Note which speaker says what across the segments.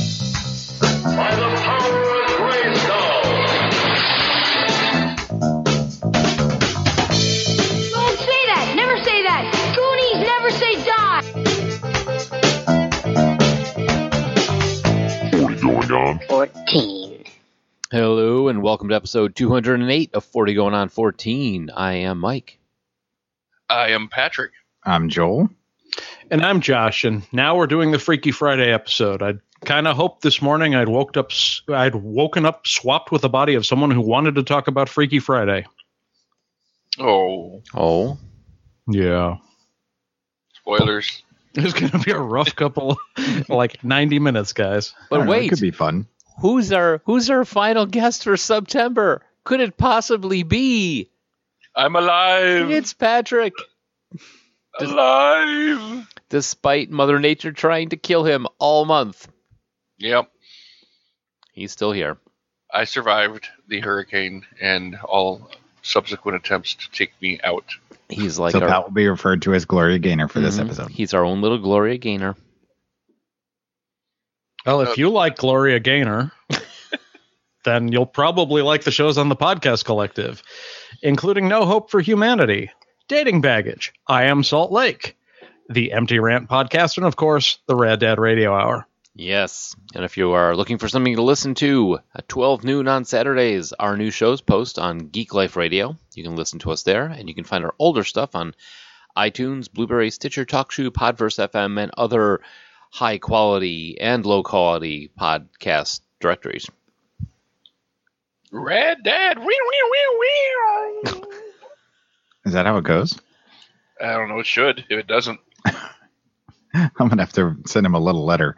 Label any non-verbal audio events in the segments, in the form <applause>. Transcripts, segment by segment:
Speaker 1: By the power of Grayskull.
Speaker 2: Don't say that. Never say that. Goonies never say die.
Speaker 1: Going on.
Speaker 2: 14.
Speaker 3: Hello and welcome to episode 208 of 40 Going On 14. I am Mike.
Speaker 4: I am Patrick.
Speaker 5: I'm Joel.
Speaker 6: And I'm Josh, and now we're doing the Freaky Friday episode. I kind of hoped this morning I'd woke up, s- I'd woken up swapped with the body of someone who wanted to talk about Freaky Friday.
Speaker 4: Oh,
Speaker 3: Oh,
Speaker 6: Yeah,
Speaker 4: spoilers.
Speaker 6: it's gonna be a rough couple, <laughs> like 90 minutes, guys.
Speaker 5: I
Speaker 3: but
Speaker 5: don't know, it
Speaker 3: wait,
Speaker 5: could be fun.
Speaker 3: who's our who's our final guest for September? Could it possibly be?
Speaker 4: I'm alive.
Speaker 3: It's Patrick.
Speaker 4: alive.
Speaker 3: Despite Mother Nature trying to kill him all month,
Speaker 4: Yep.
Speaker 3: he's still here.
Speaker 4: I survived the hurricane and all subsequent attempts to take me out.
Speaker 3: He's like
Speaker 5: so
Speaker 3: our
Speaker 5: that will be referred to as Gloria Gaynor for this
Speaker 3: Mhm.
Speaker 5: episode.
Speaker 3: He's our own little Gloria Gaynor.
Speaker 6: Well, if you like Gloria Gaynor, <laughs> then you'll probably like the shows on the Podcast Collective, including No Hope for Humanity, Dating Baggage, I Am Salt Lake, the Empty Rant Podcast, and of course the Rad Dad Radio Hour.
Speaker 3: Yes. And if you are looking for something to listen to at 12 noon on Saturdays, our new shows post on Geek Life Radio. You can listen to us there, and you can find our older stuff on iTunes, Blueberry, Stitcher, TalkShoe, Podverse FM, and other high quality and low quality podcast directories.
Speaker 4: Red Dad. Wee, wee, wee, wee.
Speaker 5: Is that how it goes? <laughs>
Speaker 4: I don't know. It should. If it doesn't,
Speaker 5: I'm gonna have to send him a little letter.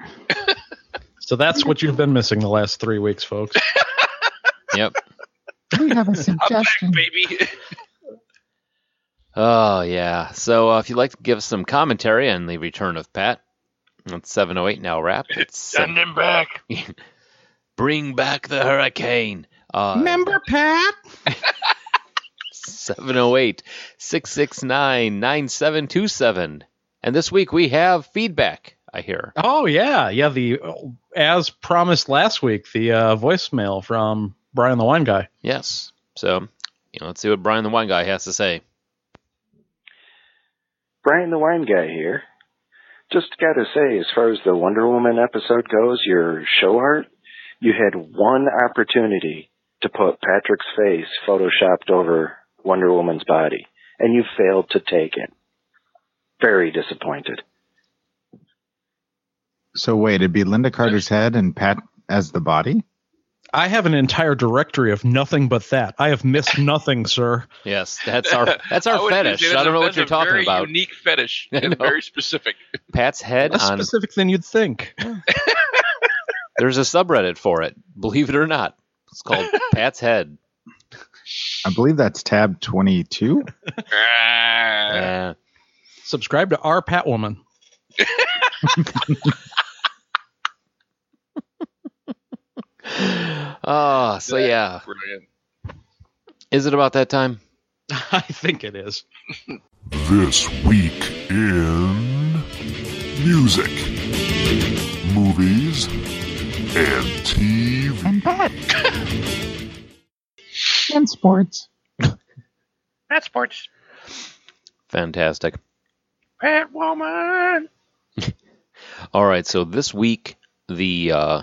Speaker 6: So that's what you've been missing the last three weeks, folks.
Speaker 3: Yep.
Speaker 5: We have a
Speaker 4: I'm
Speaker 5: suggestion.
Speaker 4: back, baby.
Speaker 3: Oh, yeah. So uh, if you'd like to give us some commentary on the return of Pat, it's 708 now wrap.
Speaker 4: <laughs>
Speaker 3: It's uh,
Speaker 4: Send him back.
Speaker 3: Bring back the hurricane. Uh,
Speaker 6: Remember, Pat?
Speaker 3: 708 669 9727. And this week we have feedback, I hear.
Speaker 6: Oh yeah, yeah. The as promised last week, the uh, voicemail from Brian the Wine Guy.
Speaker 3: Yes. So, you know, let's see what Brian the Wine Guy has to say.
Speaker 7: Brian the Wine Guy here. Just gotta say, as far as the Wonder Woman episode goes, your show art, you had one opportunity to put Patrick's face photoshopped over Wonder Woman's body, and you failed to take it. Very disappointed.
Speaker 5: So wait, it'd be Linda Carter's head and Pat as the body.
Speaker 6: I have an entire directory of nothing but that. I have <laughs> missed nothing, sir.
Speaker 3: Yes,
Speaker 4: <laughs>
Speaker 3: that's our
Speaker 4: <laughs>
Speaker 3: that's
Speaker 4: I
Speaker 3: our
Speaker 4: was gonna
Speaker 3: fetish.
Speaker 4: say,
Speaker 3: I
Speaker 4: that's
Speaker 3: don't
Speaker 4: a-
Speaker 3: know what
Speaker 4: that's
Speaker 3: you're
Speaker 4: a
Speaker 3: talking
Speaker 4: very
Speaker 3: about.
Speaker 4: Unique fetish
Speaker 3: <laughs> I
Speaker 4: and
Speaker 3: know.
Speaker 4: very specific. <laughs>
Speaker 3: Pat's head
Speaker 6: Less
Speaker 3: on
Speaker 6: specific than you'd think.
Speaker 3: there's a subreddit for it, believe it or not.
Speaker 4: <laughs>
Speaker 3: It's called Pat's Head.
Speaker 5: I believe that's tab 22.
Speaker 4: Ah.
Speaker 3: Yeah.
Speaker 6: Subscribe to our Pat Woman.
Speaker 3: Oh, so yeah.
Speaker 4: Brilliant.
Speaker 3: Is it about that time?
Speaker 6: <laughs> I think it is.
Speaker 1: This week in music, movies, and TV.
Speaker 5: And Pat. and sports.
Speaker 4: Pat Sports.
Speaker 3: Fantastic.
Speaker 4: Pat Woman.
Speaker 3: All right, so this week the uh,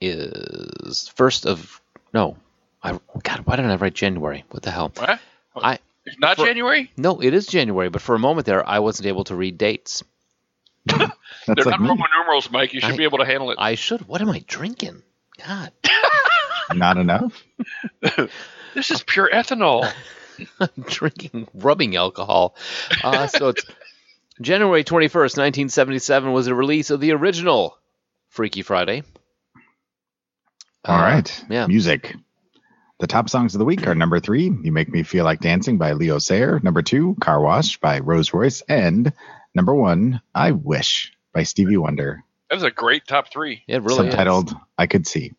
Speaker 3: is first of no, I God, why didn't I write January? What the hell?
Speaker 4: What?
Speaker 3: I
Speaker 4: It's not
Speaker 3: For-
Speaker 4: January.
Speaker 3: no, it is January, but for a moment there, I wasn't able to read dates.
Speaker 5: That's
Speaker 4: They're
Speaker 5: like
Speaker 4: not
Speaker 5: me.
Speaker 4: Roman numerals, Mike. You should
Speaker 3: I-
Speaker 4: be able to handle it.
Speaker 3: I should. What am I drinking? God, <laughs>
Speaker 5: Not enough.
Speaker 4: This is pure <laughs> ethanol.
Speaker 3: drinking rubbing alcohol. Uh, so it's <laughs> January 21st, 1977 was the release of the original Freaky Friday.
Speaker 5: All right.
Speaker 3: Uh, yeah.
Speaker 5: Music. The top songs of the week are number three, You Make Me Feel Like Dancing by Leo Sayer, number two, Car Wash by Rose Royce, and number one, I Wish by Stevie Wonder.
Speaker 4: That was a great top three.
Speaker 3: It really is.
Speaker 5: subtitled I Could See.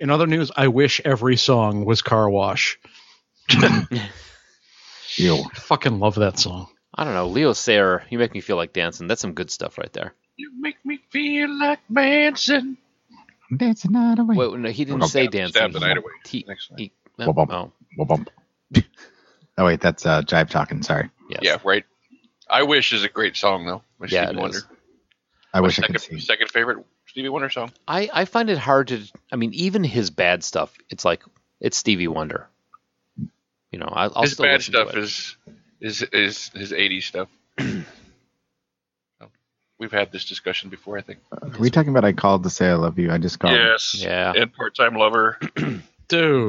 Speaker 6: In other news, I wish every song was Car Wash.
Speaker 5: Ew.
Speaker 6: I fucking love that song.
Speaker 3: I don't know. Leo Sayer, you make me feel like dancing. That's some good stuff right there.
Speaker 4: You make me feel like Manson.
Speaker 5: That's not a way.
Speaker 3: Wait, no, he didn't
Speaker 5: Well,
Speaker 3: say
Speaker 4: stab-
Speaker 3: dancing.
Speaker 4: stab the night away.
Speaker 3: He,
Speaker 4: Next one.
Speaker 3: he-
Speaker 5: Well, well,
Speaker 3: oh,
Speaker 5: Well, bump. oh wait, that's uh, Jive talking. Sorry,
Speaker 3: yes.
Speaker 4: Yeah, right. I wish is a great song though. by
Speaker 3: Yeah,
Speaker 4: Stevie
Speaker 3: it
Speaker 4: Wonder.
Speaker 3: is.
Speaker 5: I wish I
Speaker 4: second,
Speaker 5: could see.
Speaker 4: second favorite Stevie Wonder song.
Speaker 3: I, I find it hard to. I mean, even his bad stuff, it's like it's Stevie Wonder. You know, I, I'll
Speaker 4: his
Speaker 3: still
Speaker 4: bad
Speaker 3: listen
Speaker 4: stuff
Speaker 3: to it.
Speaker 4: is is is his '80s
Speaker 3: <clears throat>
Speaker 4: stuff. Oh, We've had this discussion before, I think.
Speaker 5: Are we talking about I called to say I love you? I just called.
Speaker 4: yes.
Speaker 3: Um, Yeah.
Speaker 4: And part-time
Speaker 3: <clears throat>
Speaker 4: lover.
Speaker 6: Dude.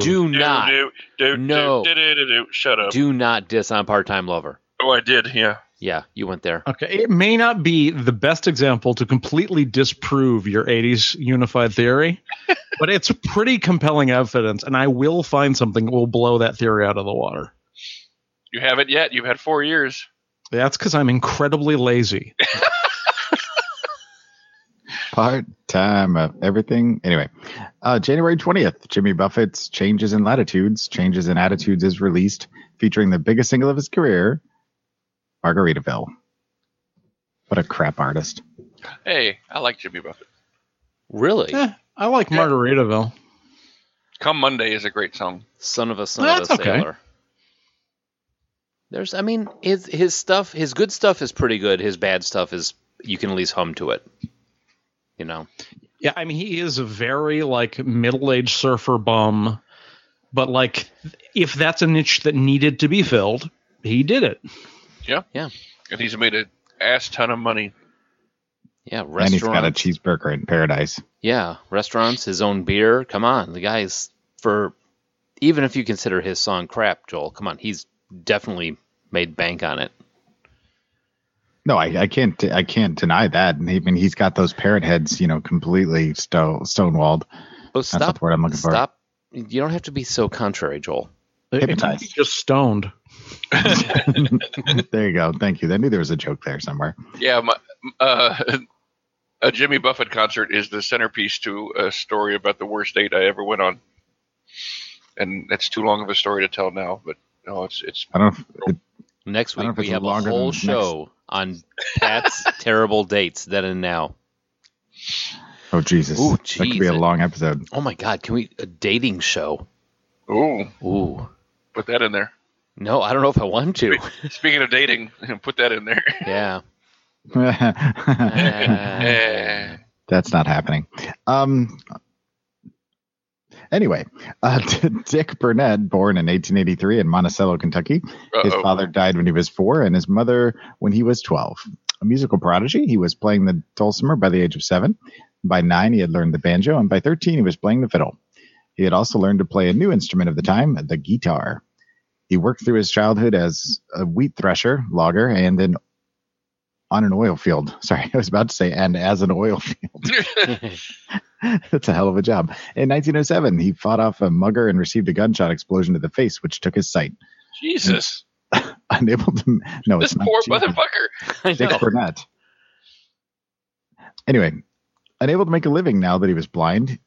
Speaker 3: Do
Speaker 4: Do,
Speaker 3: not,
Speaker 4: do, do,
Speaker 3: No.
Speaker 4: Do, do, do, do, do. Shut up.
Speaker 3: do not diss on part time lover.
Speaker 4: oh, I did. Yeah.
Speaker 3: Yeah, you went there.
Speaker 6: Okay, it may not be the best example to completely disprove your 80s unified theory, but it's pretty compelling evidence, and I will find something that will blow that theory out of the water.
Speaker 4: You haven't yet. You've had four years.
Speaker 6: That's because I'm incredibly lazy.
Speaker 5: Part time of everything. Anyway, uh, January twentieth, Jimmy Buffett's "Changes in Latitudes, Changes in Attitudes" is released, featuring the biggest single of his career, "Margaritaville." What a crap artist!
Speaker 4: Hey, I like Jimmy Buffett.
Speaker 3: Really?
Speaker 6: Eh, I like Margaritaville.
Speaker 4: Come Monday is a great song.
Speaker 3: Son of a son
Speaker 6: Well,
Speaker 3: of a
Speaker 6: that's okay.
Speaker 3: sailor. There's, I mean, his his stuff, his good stuff is pretty good. His bad stuff is you can at least hum to it. You know,
Speaker 6: Yeah, I mean, he is a very like middle-aged surfer bum, but like, if that's a niche that needed to be filled, he did it.
Speaker 4: And he's made an ass ton of money.
Speaker 3: yeah,
Speaker 5: And he's
Speaker 3: restaurant,
Speaker 5: got a cheeseburger in paradise.
Speaker 3: yeah, restaurants, his own beer. Come on, the guy's for even if you consider his song crap, Joel. Come on, he's definitely made bank on it.
Speaker 5: No, I, I can't. I can't deny that. And I mean, he's got those parrot heads, you know, completely sto- stonewalled.
Speaker 3: Oh,
Speaker 5: not
Speaker 3: stop!
Speaker 5: the word I'm looking for.
Speaker 3: stop! You don't have to be so contrary, Joel.
Speaker 6: It- it-
Speaker 5: Hypnotized.
Speaker 6: he's just stoned.
Speaker 5: there you go. Thank you. I knew there was a joke there somewhere.
Speaker 4: Yeah, my, uh, <laughs> a Jimmy Buffett concert is the centerpiece to a story about the worst date I ever went on, and that's too long of a story to tell now. But no, it's it's
Speaker 5: I don't. It,
Speaker 3: Next
Speaker 5: I don't know
Speaker 3: week
Speaker 5: if
Speaker 3: we
Speaker 5: it's
Speaker 3: have a
Speaker 5: longer
Speaker 3: whole
Speaker 5: than next-
Speaker 3: show on Pat's
Speaker 5: <laughs>
Speaker 3: terrible dates then and now.
Speaker 5: oh Jesus!
Speaker 3: Ooh,
Speaker 5: that could be a
Speaker 3: jeez.
Speaker 5: long episode. <laughs>
Speaker 3: Oh my God! Can we a dating show?
Speaker 4: ooh,
Speaker 3: Ooh,
Speaker 4: put that in there.
Speaker 3: no, I don't know if I want
Speaker 5: <laughs>
Speaker 3: to.
Speaker 4: Speaking of dating, <laughs> put that in there.
Speaker 3: yeah,
Speaker 5: That's
Speaker 4: Eh.
Speaker 5: not happening. Um. Anyway, uh, <laughs> Dick Burnett, born in 1883 in Monticello, Kentucky, His
Speaker 4: Uh-oh.
Speaker 5: father died when he was four, and his mother when he was 12. A musical prodigy, he was playing the dulcimer by the age of seven. By nine, he had learned the banjo, and by 13, he was playing the fiddle. He had also learned to play a new instrument of the time, the guitar. He worked through his childhood as a wheat thresher, logger, and an on an oil field. <laughs> Sorry, I was about to say, and as an oil field. <laughs> That's a hell of a job. In 1907, he fought off a mugger and received a gunshot explosion to the face, which took his sight.
Speaker 4: <laughs>
Speaker 5: <laughs>
Speaker 4: Jesus,
Speaker 5: Unable to. No,
Speaker 4: this
Speaker 5: it's not
Speaker 4: poor
Speaker 5: Jesus.
Speaker 4: motherfucker.
Speaker 3: I
Speaker 5: Dick
Speaker 3: know.
Speaker 5: Burnett. Anyway, unable to make a living now that he was blind,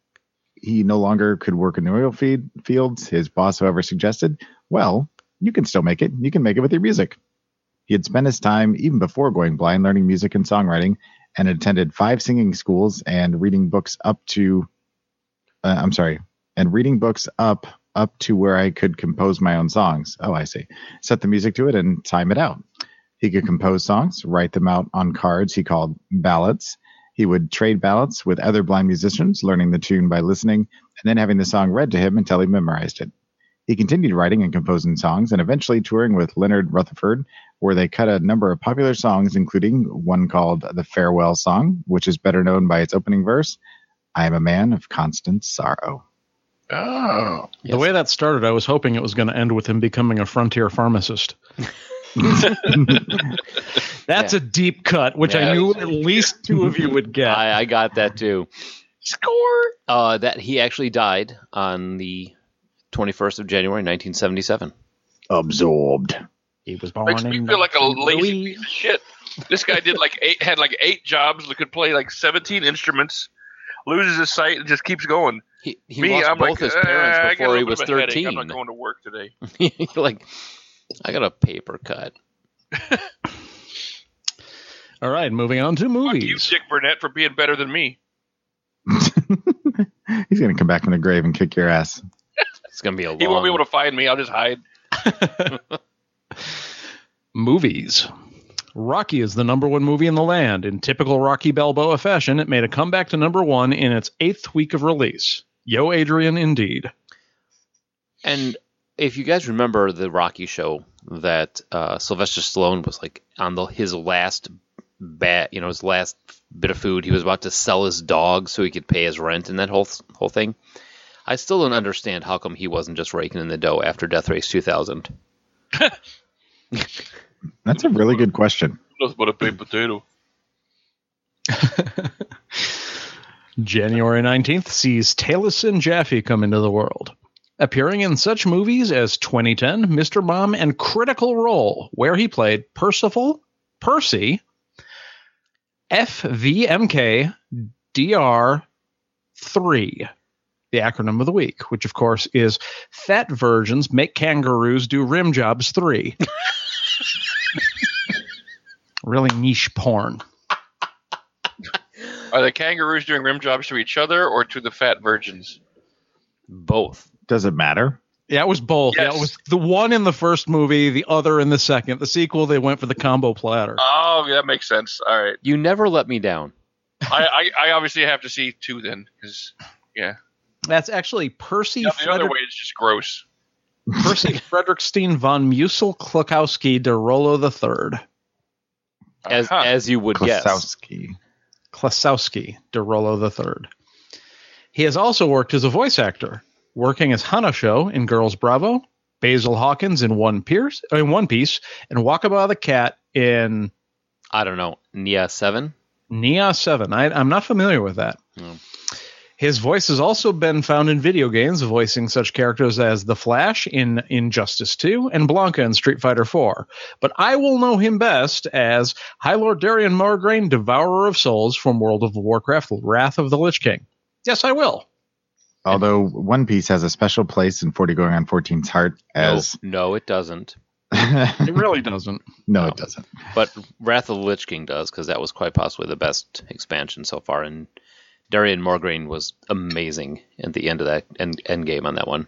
Speaker 5: he no longer could work in the oil feed, fields. His boss, however, suggested, "Well, you can still make it. You can make it with your music." He had spent his time, even before going blind, learning music and songwriting, and attended five singing schools and reading books up to. Uh, I'm sorry, and reading books up up to where I could compose my own songs. Oh, I see. Set the music to it and time it out. He could compose songs, write them out on cards he called ballads. He would trade ballads with other blind musicians, learning the tune by listening and then having the song read to him until he memorized it. He continued writing and composing songs and eventually touring with Leonard Rutherford, where they cut a number of popular songs, including one called The Farewell Song, which is better known by its opening verse I am a man of constant sorrow. <laughs>
Speaker 4: Oh.
Speaker 6: The way that started, I was hoping it was going to end with him becoming a frontier pharmacist.
Speaker 4: <laughs>
Speaker 6: That's
Speaker 3: Yeah.
Speaker 6: a deep cut, which
Speaker 3: Yeah.
Speaker 6: I knew at least two of you would
Speaker 4: <laughs>
Speaker 6: get.
Speaker 3: I, I got that too. Score uh, that he actually died on the 21st of January 1977.
Speaker 5: Absorbed.
Speaker 6: he was born
Speaker 4: Makes me
Speaker 6: in
Speaker 4: feel like a lazy
Speaker 6: Louis-
Speaker 4: piece of shit. This guy did like eight, had like eight jobs, could play like seventeen instruments, loses his sight, and just keeps going.
Speaker 3: He, he
Speaker 4: me,
Speaker 3: lost
Speaker 4: I'm
Speaker 3: both
Speaker 4: like,
Speaker 3: his
Speaker 4: "Ah, I
Speaker 3: parents
Speaker 4: got a
Speaker 3: before he
Speaker 4: little
Speaker 3: was
Speaker 4: bit of a headache.
Speaker 3: 13.
Speaker 4: I'm not going to work today.
Speaker 3: <laughs> You're like, I got a paper cut.
Speaker 6: All right, moving on to
Speaker 4: Fuck you,
Speaker 6: movies.
Speaker 4: Dick Burnett, for being better than me.
Speaker 5: He's going to come back from the grave and kick your ass.
Speaker 3: It's gonna be a long.
Speaker 4: He won't be able to find me. I'll just hide.
Speaker 6: movies. Rocky is the number one movie in the land. In typical Rocky Balboa fashion, it made a comeback to number one in its eighth week of release. Yo, Adrian, indeed.
Speaker 3: And if you guys remember the Rocky show that uh, Sylvester Stallone was like on the his last bat, you know, his last bit of food, he was about to sell his dog so he could pay his rent and that whole whole thing. I still don't understand how come he wasn't just raking in the dough after Death Race 2000.
Speaker 5: That's a really good question.
Speaker 4: Nothing but a big potato.
Speaker 6: January 19th sees Taliesin Jaffe come into the world. Appearing in such movies as 2010, Mr. Mom, and Critical Role, where he played Percival, Percy, FVMK, DR3, the acronym of the week, which of course is Fat Virgins Make Kangaroos Do Rim Jobs 3. <laughs> really niche porn.
Speaker 4: Are the kangaroos doing rim jobs to each other or to the fat virgins?
Speaker 3: Both.
Speaker 5: Does it matter?
Speaker 6: Yeah, it was both. Yeah, it
Speaker 4: Yes.
Speaker 6: was the one in the first movie, the other in the second. The sequel, they went for the combo platter.
Speaker 4: Oh, yeah, that makes sense. All right.
Speaker 3: You never let me down.
Speaker 4: I, I, I obviously have to see two then, because yeah.
Speaker 6: That's actually Percy
Speaker 4: Yeah, the other
Speaker 6: Frederick,
Speaker 4: way is just gross. <laughs>
Speaker 6: Percy Frederickstein von Musel Klukowski de Rolo III.
Speaker 3: As
Speaker 4: Uh-huh.
Speaker 3: as you would guess.
Speaker 5: Klosowski.
Speaker 6: Klasowski de Rolo III. He has also worked as a voice actor, working as Hanasho in Girls Bravo, Basil Hawkins in One Pierce, in One Piece, and Wakaba the Cat in
Speaker 3: I don't know. Nia 7?
Speaker 6: Nia 7. I, I'm not familiar with that. His voice has also been found in video games, voicing such characters as The Flash in Injustice 2 and Blanca in Street Fighter 4. But I will know him best as High Lord Darian Margraine, Devourer of Souls from World of Warcraft, Wrath of the Lich King. Yes, I will.
Speaker 5: Although One Piece has a special place in 40 going on 14's heart as. <laughs>
Speaker 3: No, no, it doesn't.
Speaker 6: It really doesn't.
Speaker 5: no, it doesn't.
Speaker 3: But Wrath of the Lich King does because that was quite possibly the best expansion so far, and Darian Morgraine was amazing at the end of that end, end game on that one.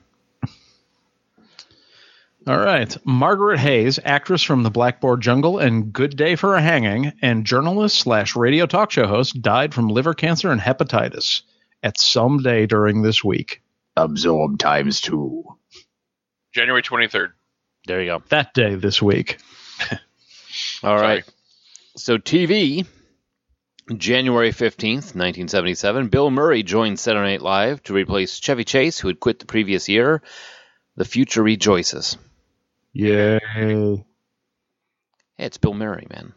Speaker 6: All right. Margaret Hayes, actress from The Blackboard Jungle and Good Day for a Hanging, and journalist slash radio talk show host, died from liver cancer and hepatitis at some day during this week.
Speaker 5: Absorb times two.
Speaker 4: January 23rd.
Speaker 3: There you go.
Speaker 6: That day this week.
Speaker 3: All
Speaker 4: Sorry.
Speaker 3: right. So TV, January fifteenth, nineteen seventy-seven. Bill Murray joined Saturday Night Live to replace Chevy Chase, who had quit the previous year. The future rejoices.
Speaker 6: Yay.
Speaker 3: Hey, it's Bill Murray, man.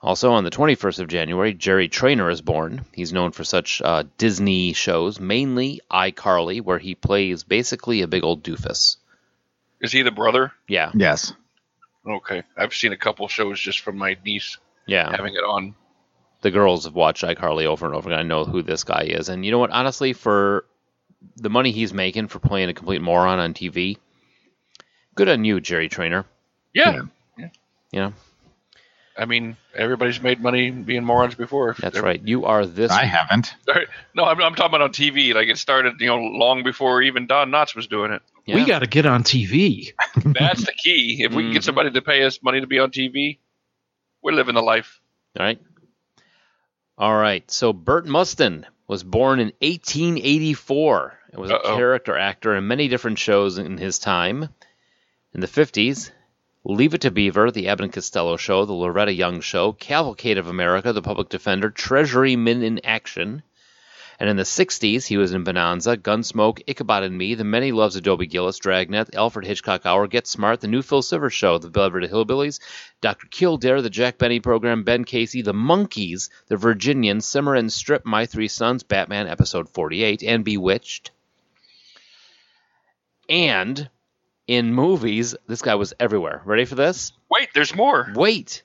Speaker 3: Also, on the 21st of January, Jerry Trainer is born. He's known for such uh, Disney shows, mainly iCarly, where he plays basically a big old doofus.
Speaker 4: Is he the brother?
Speaker 3: Yeah,
Speaker 5: Yes.
Speaker 4: Okay. I've seen a couple shows just from my niece
Speaker 3: yeah.
Speaker 4: having it on.
Speaker 3: The girls have watched iCarly over and over again. I know who this guy is. And you know what? Honestly, for the money he's making for playing a complete moron on TV, good on you, Jerry Trainer.
Speaker 4: Yeah.
Speaker 3: You know,
Speaker 4: I mean, everybody's made money being morons before.
Speaker 3: that's right. You are this.
Speaker 5: I haven't.
Speaker 4: <laughs> No, I'm, I'm talking about on TV. Like it started, you know, long before even Don Knotts was
Speaker 3: <laughs>
Speaker 4: doing it.
Speaker 3: Yeah.
Speaker 6: We got to get on TV.
Speaker 4: That's the key. If we
Speaker 3: Mm-hmm.
Speaker 4: can get somebody to pay us money to be on TV, we're living the life.
Speaker 3: All right. All right. So Burt Mustin was born in 1884 and was
Speaker 4: Uh-oh.
Speaker 3: a character actor in many different shows in his time. In the 50s, Leave It to Beaver, The Abbott and Costello Show, The Loretta Young Show, Cavalcade of America, The Public Defender, Treasury Men in Action, And in the 60s, he was in Bonanza, Gunsmoke, Ichabod and Me, The Many Loves of Dobie Gillis, Dragnet, Alfred Hitchcock Hour, Get Smart, The New Phil Silvers Show, The Beverly Hillbillies, Dr. Kildare, The Jack Benny Program, Ben Casey, The Monkees, The Virginians, Simmer and Strip, My Three Sons, Batman Episode 48, and Bewitched. And in movies, this guy was everywhere. Ready for this?
Speaker 4: Wait, there's
Speaker 3: Mm-hmm.
Speaker 4: more.
Speaker 3: Wait!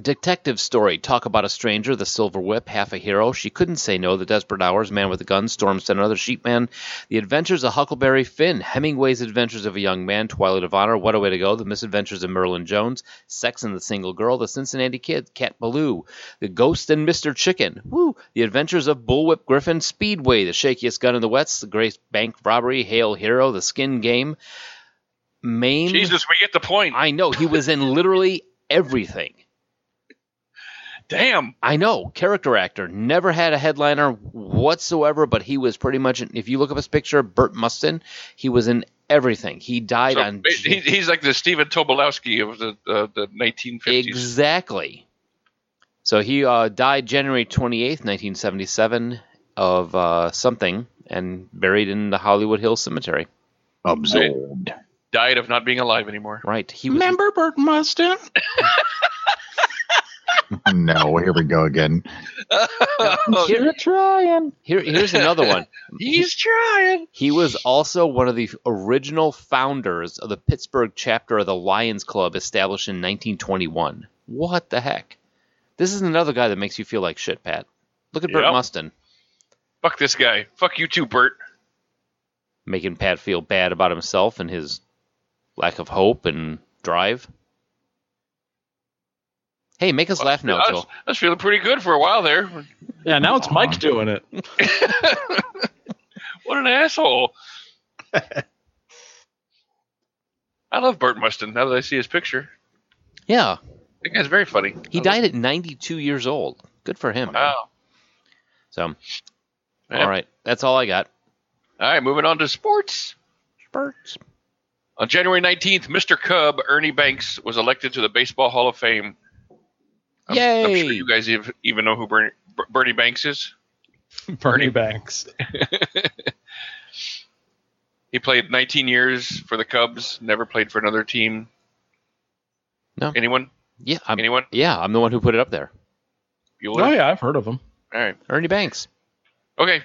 Speaker 3: Detective story. Talk about a stranger, the silver whip, half a hero. She couldn't say no. The desperate hours, man with a gun, storm sent another sheepman. The adventures of Huckleberry Finn, Hemingway's adventures of a young man, Twilight of Honor, What a Way to Go, The Misadventures of Merlin Jones, Sex and the Single Girl, The Cincinnati Kid, Cat Ballou, The Ghost and Mr. Chicken, Woo, The Adventures of Bullwhip Griffin, Speedway, The Shakiest Gun in the West, The Grace Bank Robbery, Hail Hero, The Skin Game, Maine.
Speaker 4: Jesus, we get the point.
Speaker 3: I know he was in literally everything.
Speaker 4: Damn.
Speaker 3: I know, character actor. Never had a headliner whatsoever, but he was pretty much. If you look up his picture, Burt Mustin, he was in everything. He died
Speaker 4: So,
Speaker 3: on
Speaker 4: he, he's like the Stephen Tobolowsky of the uh, the 1950s.
Speaker 3: exactly. So he uh, died January twenty eighth, nineteen seventy seven, of uh, something, and buried in the Hollywood Hills Cemetery.
Speaker 5: Absorbed.
Speaker 4: Died of not being alive anymore.
Speaker 3: Right. He was.
Speaker 6: Remember Bert Mustin?
Speaker 5: no, here we go again.
Speaker 3: Here- Oh,
Speaker 5: trying.
Speaker 3: here, here's another one.
Speaker 4: <laughs> He's trying.
Speaker 3: He was also one of the original founders of the Pittsburgh chapter of the Lions Club established in 1921. What the heck? This is another guy that makes you feel like shit, Pat. Look at Bert
Speaker 4: Yep.
Speaker 3: Mustin
Speaker 4: Fuck this guy. Fuck you too, Bert.
Speaker 3: making Pat feel bad about himself and his lack of hope and drive. Hey, make us laugh now,
Speaker 4: I was,
Speaker 3: Joel.
Speaker 4: I was feeling pretty good for a while there.
Speaker 6: Yeah, now it's Mike doing it.
Speaker 4: <laughs> What an asshole. I love Bert Mustin now that I see his picture.
Speaker 3: Yeah,
Speaker 4: That guy's very funny. Oh,
Speaker 3: he died at 92 years old. Good for him. man.
Speaker 4: Wow.
Speaker 3: So,
Speaker 4: Yeah.
Speaker 3: all right, that's all I got.
Speaker 4: All right, moving on to sports.
Speaker 3: Spurts.
Speaker 4: On January 19th, Mr. Cub Ernie Banks was elected to the Baseball Hall of Fame. I'm,
Speaker 3: Yay!
Speaker 4: I'm sure you guys ev- even know who Bernie, Bernie Banks is.
Speaker 6: <laughs> Bernie Banks.
Speaker 4: He played 19 years for the Cubs, never played for another team.
Speaker 3: No.
Speaker 4: Anyone?
Speaker 3: Yeah, I'm,
Speaker 4: Anyone?
Speaker 3: yeah, I'm the one who put it up there.
Speaker 4: You
Speaker 6: Oh yeah, I've heard of him.
Speaker 4: All right.
Speaker 3: Ernie Banks.
Speaker 4: Okay.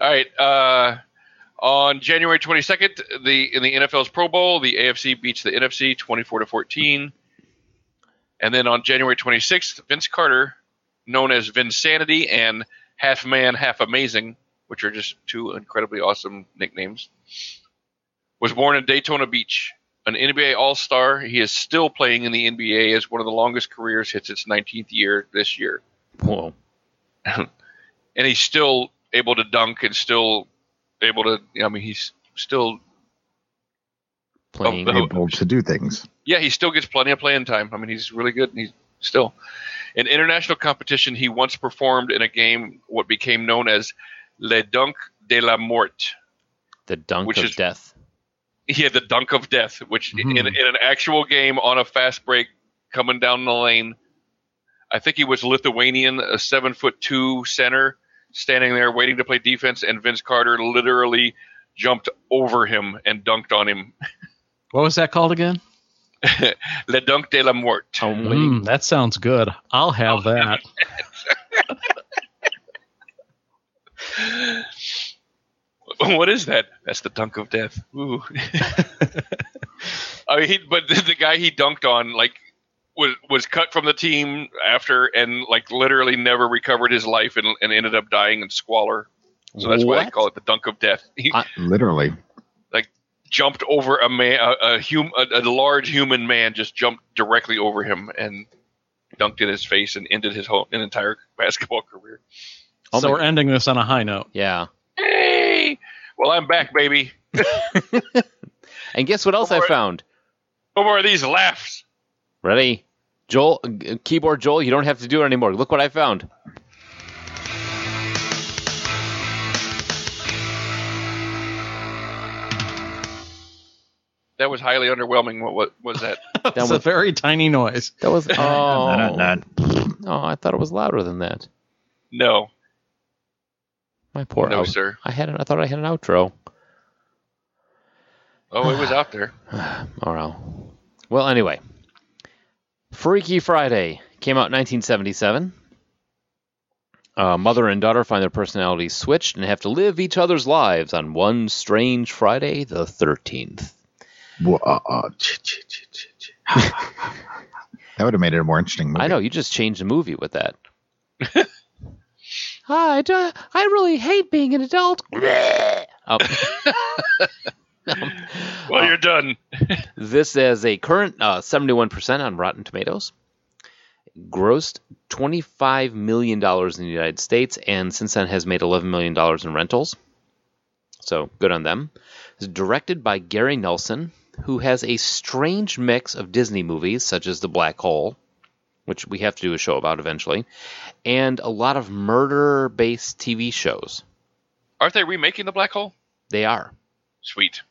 Speaker 4: All right. Uh, on January 22nd, the in the NFL's Pro Bowl, the AFC beats the NFC 24 to 14. And then on January 26th, Vince Carter, known as Vinsanity and Half Man, Half Amazing, which are just two incredibly awesome nicknames, was born in Daytona Beach. An NBA All Star, he is still playing in the NBA as one of the longest careers, hits its 19th year this year
Speaker 3: Whoa.
Speaker 4: and he's still able to dunk and still able to. I mean, he's still
Speaker 3: Playing.
Speaker 4: Oh, oh.
Speaker 5: Able to do things.
Speaker 4: yeah, he still gets plenty of playing time. I mean, he's really good. And he's still in international competition. He once performed in a game what became known as Le Dunk de la Mort.
Speaker 3: the dunk
Speaker 4: which
Speaker 3: of
Speaker 4: is-
Speaker 3: death.
Speaker 4: He had the dunk of death, which
Speaker 5: Mhm.
Speaker 4: in, in an actual game on a fast break coming down the lane. I think he was Lithuanian, a seven foot two center, standing there waiting to play defense, and Vince Carter literally jumped over him and dunked on him.
Speaker 6: What was that called again?
Speaker 4: Le dunk de la mort.
Speaker 3: I'm waiting.
Speaker 6: Mm, that sounds good. I'll have that.
Speaker 4: <laughs> what is that? That's the dunk of death.
Speaker 3: <laughs>
Speaker 4: Ooh. I mean, he, but the, the guy he dunked on, like, was was cut from the team after, and like literally never recovered his life, and, and ended up dying in squalor. So that's why they
Speaker 3: What?
Speaker 4: call it the dunk of death. He
Speaker 3: I-
Speaker 5: Literally.
Speaker 4: jumped over a man, a, a, hum, a, a large human man, just jumped directly over him and dunked in his face, and ended his whole an entire basketball career.
Speaker 3: Oh
Speaker 6: so
Speaker 3: my-
Speaker 6: we're ending this on a high note.
Speaker 3: Yeah.
Speaker 4: Hey, well, I'm back, baby.
Speaker 3: And guess what else I
Speaker 4: Alright.
Speaker 3: found?
Speaker 4: No more of these laughs.
Speaker 3: Ready? Joel, uh, keyboard Joel, you don't have to do it anymore. Look what I found.
Speaker 4: That was highly underwhelming. What, what was <laughs> that?
Speaker 6: That was
Speaker 3: was-
Speaker 6: a very tiny noise.
Speaker 3: That was. <laughs> Oh.
Speaker 5: Not- not-
Speaker 3: no, I thought it was louder than that.
Speaker 4: No.
Speaker 3: My poor.
Speaker 4: No,
Speaker 3: out-
Speaker 4: sir.
Speaker 3: I had. An, I thought I had an outro.
Speaker 4: Oh, it was out there.
Speaker 3: Oh well. Well, anyway, Freaky Friday came out in 1977. Uh, mother and daughter find their personalities switched and have to live each other's lives on one strange Friday, the 13th.
Speaker 5: Wha- uh, uh, ch- ch- ch- ch- ch- <sighs> that would have made it a more interesting movie.
Speaker 3: I know you just changed the movie with that. I do- I really hate being an adult. oh.
Speaker 4: Well, you're done.
Speaker 3: This has a current uh, 71% on Rotten Tomatoes. Grossed $25 million in the United States, and since then has made $11 million in rentals. So good on them. It's directed by Gary Nelson, who has a strange mix of Disney movies, such as The Black Hole, which we have to do a show about eventually, and a lot of murder based TV shows.
Speaker 4: Aren't they remaking the black hole?
Speaker 3: They are.
Speaker 4: Sweet.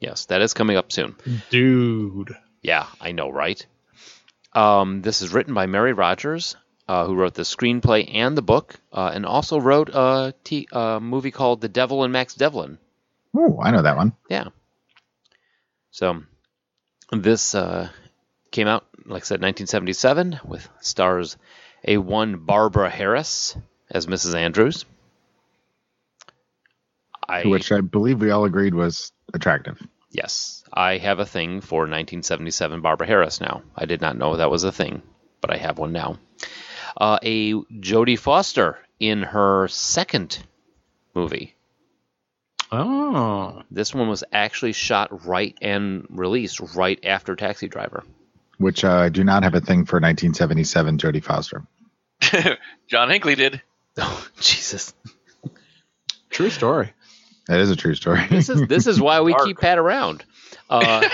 Speaker 3: Yes, that is coming up soon.
Speaker 6: Dude.
Speaker 3: Yeah, I know, right? Um, this is written by Mary Rogers, uh, who wrote the screenplay and the book, uh, and also wrote a, t- a movie called The Devil and Max Devlin.
Speaker 5: Ooh, I know that one.
Speaker 3: Yeah. So this uh, came out, like I said, 1977, with stars a one Barbara Harris as Mrs. Andrews. I,
Speaker 5: Which I believe we all agreed was attractive.
Speaker 3: Yes, I have a thing for 1977 Barbara Harris now. I did not know that was a thing, but I have one now. Uh, a Jodie Foster in her second movie.
Speaker 6: Oh.
Speaker 3: This one was actually shot right and released right after Taxi Driver. <laughs>
Speaker 5: Which uh, I do not have a thing for 1977 Jodie Foster.
Speaker 4: John Hinckley did.
Speaker 3: Oh, Jesus.
Speaker 6: True story.
Speaker 5: That is a true story.
Speaker 3: This is this is why we keep Pat around. Uh,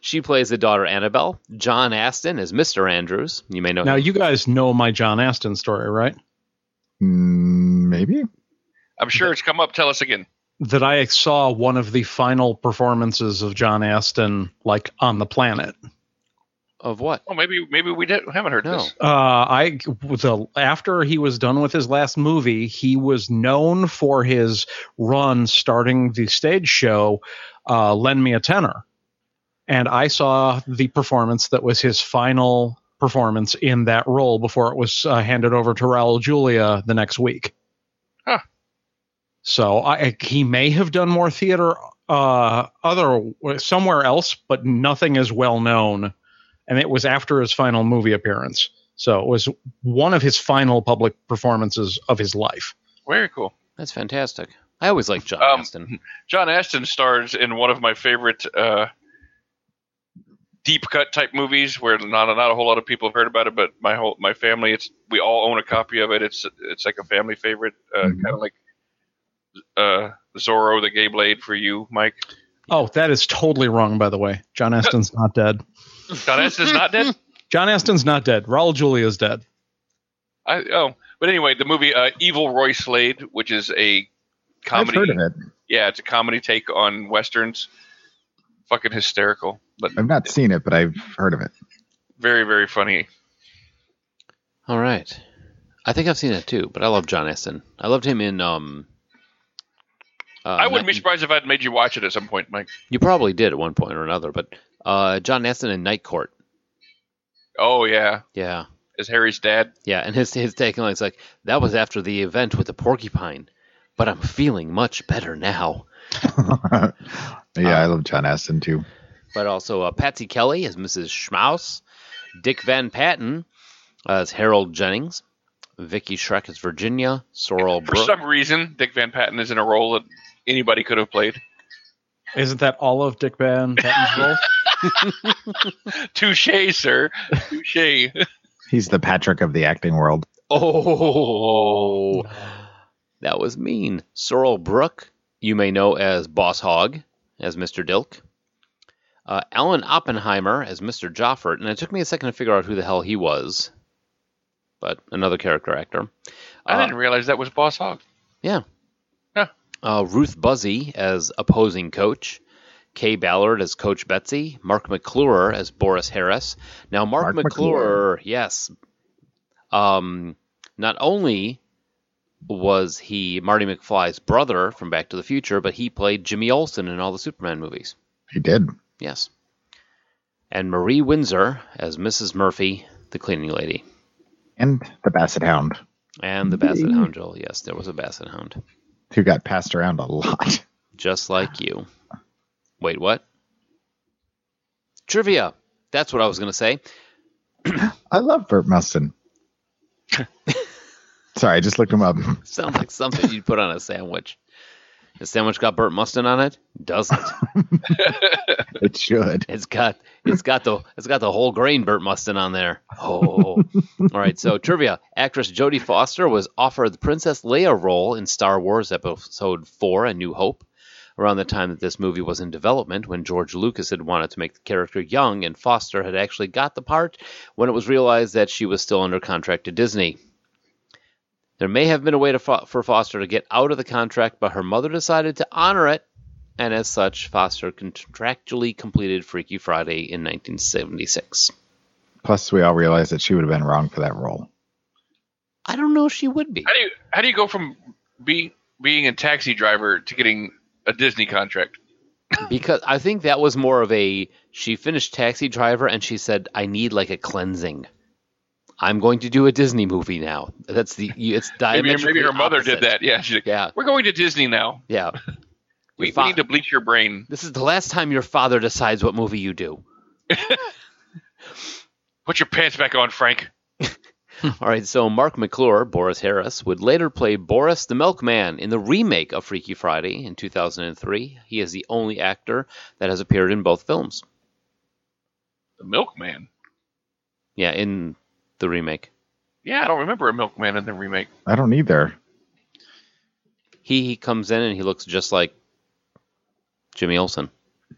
Speaker 3: she plays the daughter Annabelle. John Aston is Mr. Andrews. You may know
Speaker 6: Now you guys know my John Aston story, right?
Speaker 5: <laughs> Mm, maybe.
Speaker 4: I'm <laughs> sure it's come up. Tell us again.
Speaker 6: That I saw one of the final performances of John Aston like on the planet.
Speaker 3: of what?
Speaker 4: Oh, maybe maybe we did, haven't heard
Speaker 3: No.
Speaker 4: this.
Speaker 6: Uh, I the after he was done with his last movie, he was known for his run starting the stage show, uh, "Lend Me a Tenor," and I saw the performance that was his final performance in that role before it was uh, handed over to Raul Julia the next week.
Speaker 4: Huh.
Speaker 6: So I, he may have done more theater uh, other somewhere else, but nothing is well known and it was after his final movie appearance. So it was one of his final public performances of his life.
Speaker 4: Very cool.
Speaker 3: That's fantastic. I always like John
Speaker 4: Um,
Speaker 3: Aston.
Speaker 4: John Aston stars in one of my favorite uh, deep cut type movies, where not not a whole lot of people have heard about it, but my whole my family it's we all own a copy of it. It's it's like a family favorite, uh, kind of like uh, Zorro the Gay Blade for you, Mike.
Speaker 6: Oh, that is totally wrong, by the way. John Aston's not dead.
Speaker 4: John Aston's not dead.
Speaker 6: John Aston's not dead. Raul Julia is dead.
Speaker 4: I oh, but anyway, the movie uh, Evil Roy Slade, which is a comedy.
Speaker 5: I've heard of it.
Speaker 4: Yeah, it's a comedy take on westerns. Fucking hysterical, but
Speaker 5: I've not seen it, but I've heard of it. <laughs>
Speaker 4: very very funny.
Speaker 3: All right. I think I've seen it too, but I love John Aston. I loved him in. Um, uh,
Speaker 4: I wouldn't be
Speaker 3: Night-
Speaker 4: surprised if I'd made you watch it at some point, Mike.
Speaker 3: You probably did at one point or another, but uh, John Aston in Night Court.
Speaker 4: Oh yeah,
Speaker 3: Yeah,
Speaker 4: as Harry's dad.
Speaker 3: yeah, and his his taking line's like that was after the event with the porcupine, but I'm feeling much better now.
Speaker 5: Yeah,
Speaker 3: Uh,
Speaker 5: I love John Aston too.
Speaker 3: But also uh, Patsy Kelly as Mrs. Schmaus, Dick Van Patten as Harold Jennings, Vicky Shrek as Virginia,
Speaker 4: <laughs>
Speaker 3: Sorrel
Speaker 4: For
Speaker 3: Brooks.
Speaker 4: some reason, Dick Van Patten is in a role that anybody could have played. <laughs>
Speaker 6: Isn't that all of Dick Van Patten's role?
Speaker 4: Touche, sir.
Speaker 5: <laughs>
Speaker 4: Touche.
Speaker 5: He's the Patrick of the acting world.
Speaker 3: Oh, <laughs> that was mean. Sorrel Brook, you may know as Boss Hog, as Mr. Dilk. Uh, Alan Oppenheimer as Mr. Joffert, and it took me a second to figure out who the hell he was, but another character actor.
Speaker 4: I
Speaker 3: Uh,
Speaker 4: didn't realize that was Boss Hog.
Speaker 3: Yeah.
Speaker 4: Huh.
Speaker 3: Uh, Ruth Buzzy as opposing coach. Kay Ballard as Coach Betsy. Mark McClure as Boris Harris. Now, Mark,
Speaker 5: Mark
Speaker 3: McClure,
Speaker 5: McClure.
Speaker 3: yes. Um, not only was he Marty McFly's brother from Back to the Future, but he played Jimmy Olsen in all the Superman movies.
Speaker 5: He did.
Speaker 3: Yes. And Marie Windsor as Mrs. Murphy, the cleaning lady.
Speaker 5: And the Basset Hound,
Speaker 3: And the Basset Hound, Joel. Yes, there was a Basset Hound.
Speaker 5: who got passed around a lot.
Speaker 3: Just like you. Wait, what? Trivia. That's what I was going to say.
Speaker 5: I love Burt Mustin.
Speaker 3: <laughs>
Speaker 5: Sorry, I just looked him up. <laughs>
Speaker 3: Sounds like something you'd put on a sandwich. The sandwich got Burt Mustin on it? Doesn't.
Speaker 5: It should.
Speaker 3: <laughs> It's got it's got the it's got the whole grain Burt Mustin on there. Oh, all right. So trivia: actress Jodie Foster was offered the Princess Leia role in Star Wars Episode Four: A New Hope. Around the time that this movie was in development, when George Lucas had wanted to make the character young, and Foster had actually got the part when it was realized that she was still under contract to Disney. There may have been a way to fo- for Foster to get out of the contract, but her mother decided to honor it and as such, Foster contractually completed Freaky Friday in 1976.
Speaker 5: Plus, we all realized that she would have been wrong for that role.
Speaker 3: I don't know if she would be.
Speaker 4: How do you how do you go from be, being a taxi driver to getting a Disney contract?
Speaker 3: Because I think that was more of a she finished Taxi Driver and she said, I need like a cleansing. I'm going to do a Disney movie now. That's the you- it's
Speaker 4: Maybe,
Speaker 3: diametrically
Speaker 4: maybe her mother
Speaker 3: opposite.
Speaker 4: did that. Yeah, she's like,
Speaker 3: Yeah.
Speaker 4: We're going to Disney now.
Speaker 3: Yeah.
Speaker 4: We, we
Speaker 3: Fine.
Speaker 4: need to bleach your brain.
Speaker 3: This is the last time your father decides what movie you do.
Speaker 4: Put your pants back on, Frank.
Speaker 3: All right, so Mark McClure, Boris Harris, would later play Boris the Milkman in the remake of Freaky Friday in 2003. He is the only actor that has appeared in both films.
Speaker 4: The milkman.
Speaker 3: Yeah, in the remake.
Speaker 4: Yeah, I don't remember a milkman in the remake.
Speaker 5: I don't either.
Speaker 3: He, he comes in and he looks just like Jimmy Olsen.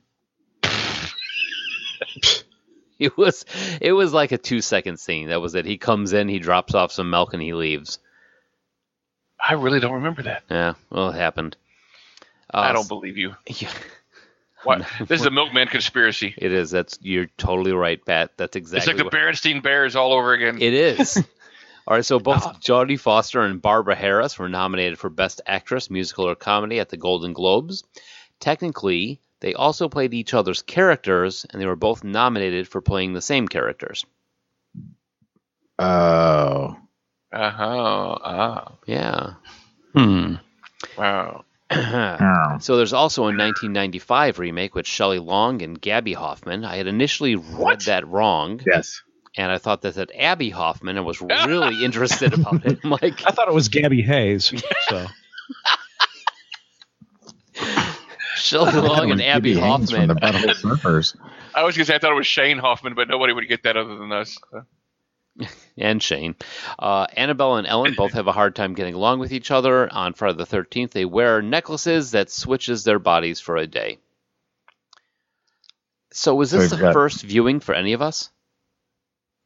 Speaker 3: <laughs> it was it was like a two second scene. That was it. He comes in, he drops off some milk, and he leaves.
Speaker 4: I really don't remember that.
Speaker 3: Yeah, well, it happened. Uh,
Speaker 4: I
Speaker 3: <laughs>
Speaker 4: don't believe you.
Speaker 3: believe.
Speaker 4: What?
Speaker 3: <laughs>
Speaker 4: This is a milkman conspiracy.
Speaker 3: It is. That's you're totally right, Pat. That's
Speaker 4: It's
Speaker 3: exactly.
Speaker 4: like the
Speaker 3: what-
Speaker 4: Berenstein Bears all over again.
Speaker 3: It
Speaker 4: <laughs>
Speaker 3: is. All right, so
Speaker 4: Ah.
Speaker 3: both Jodie Foster and Barbara Harris were nominated for Best Actress, Musical or Comedy at the Golden Globes. Technically, they also played each other's characters, and they were both nominated for playing the same characters.
Speaker 5: Oh,
Speaker 4: Uh huh. Ah.
Speaker 3: Yeah.
Speaker 6: Hmm.
Speaker 4: Wow.
Speaker 3: <clears throat>
Speaker 5: oh.
Speaker 3: So there's also a 1995 remake with Shelley Long and Gabby Hoffman. I had initially read that wrong,
Speaker 5: yes.
Speaker 3: and I thought that said Abby Hoffman, and
Speaker 4: <laughs>
Speaker 3: was really interested about it. I'm like,
Speaker 6: I thought it was Gabby Hayes.
Speaker 4: <laughs>
Speaker 6: So
Speaker 3: Shelley Long and Abby
Speaker 5: Haynes
Speaker 3: Hoffman.
Speaker 5: from the Butthole Surfers.
Speaker 4: I was gonna say I thought it was Shane Hoffman, but nobody would get that other than us.
Speaker 3: and Shane. Uh, Annabelle and Ellen both have a hard time getting along with each other. On Friday the 13th, they wear necklaces that switches their bodies for a day. So was this
Speaker 5: We've
Speaker 3: the
Speaker 5: got-
Speaker 3: first viewing for any of us?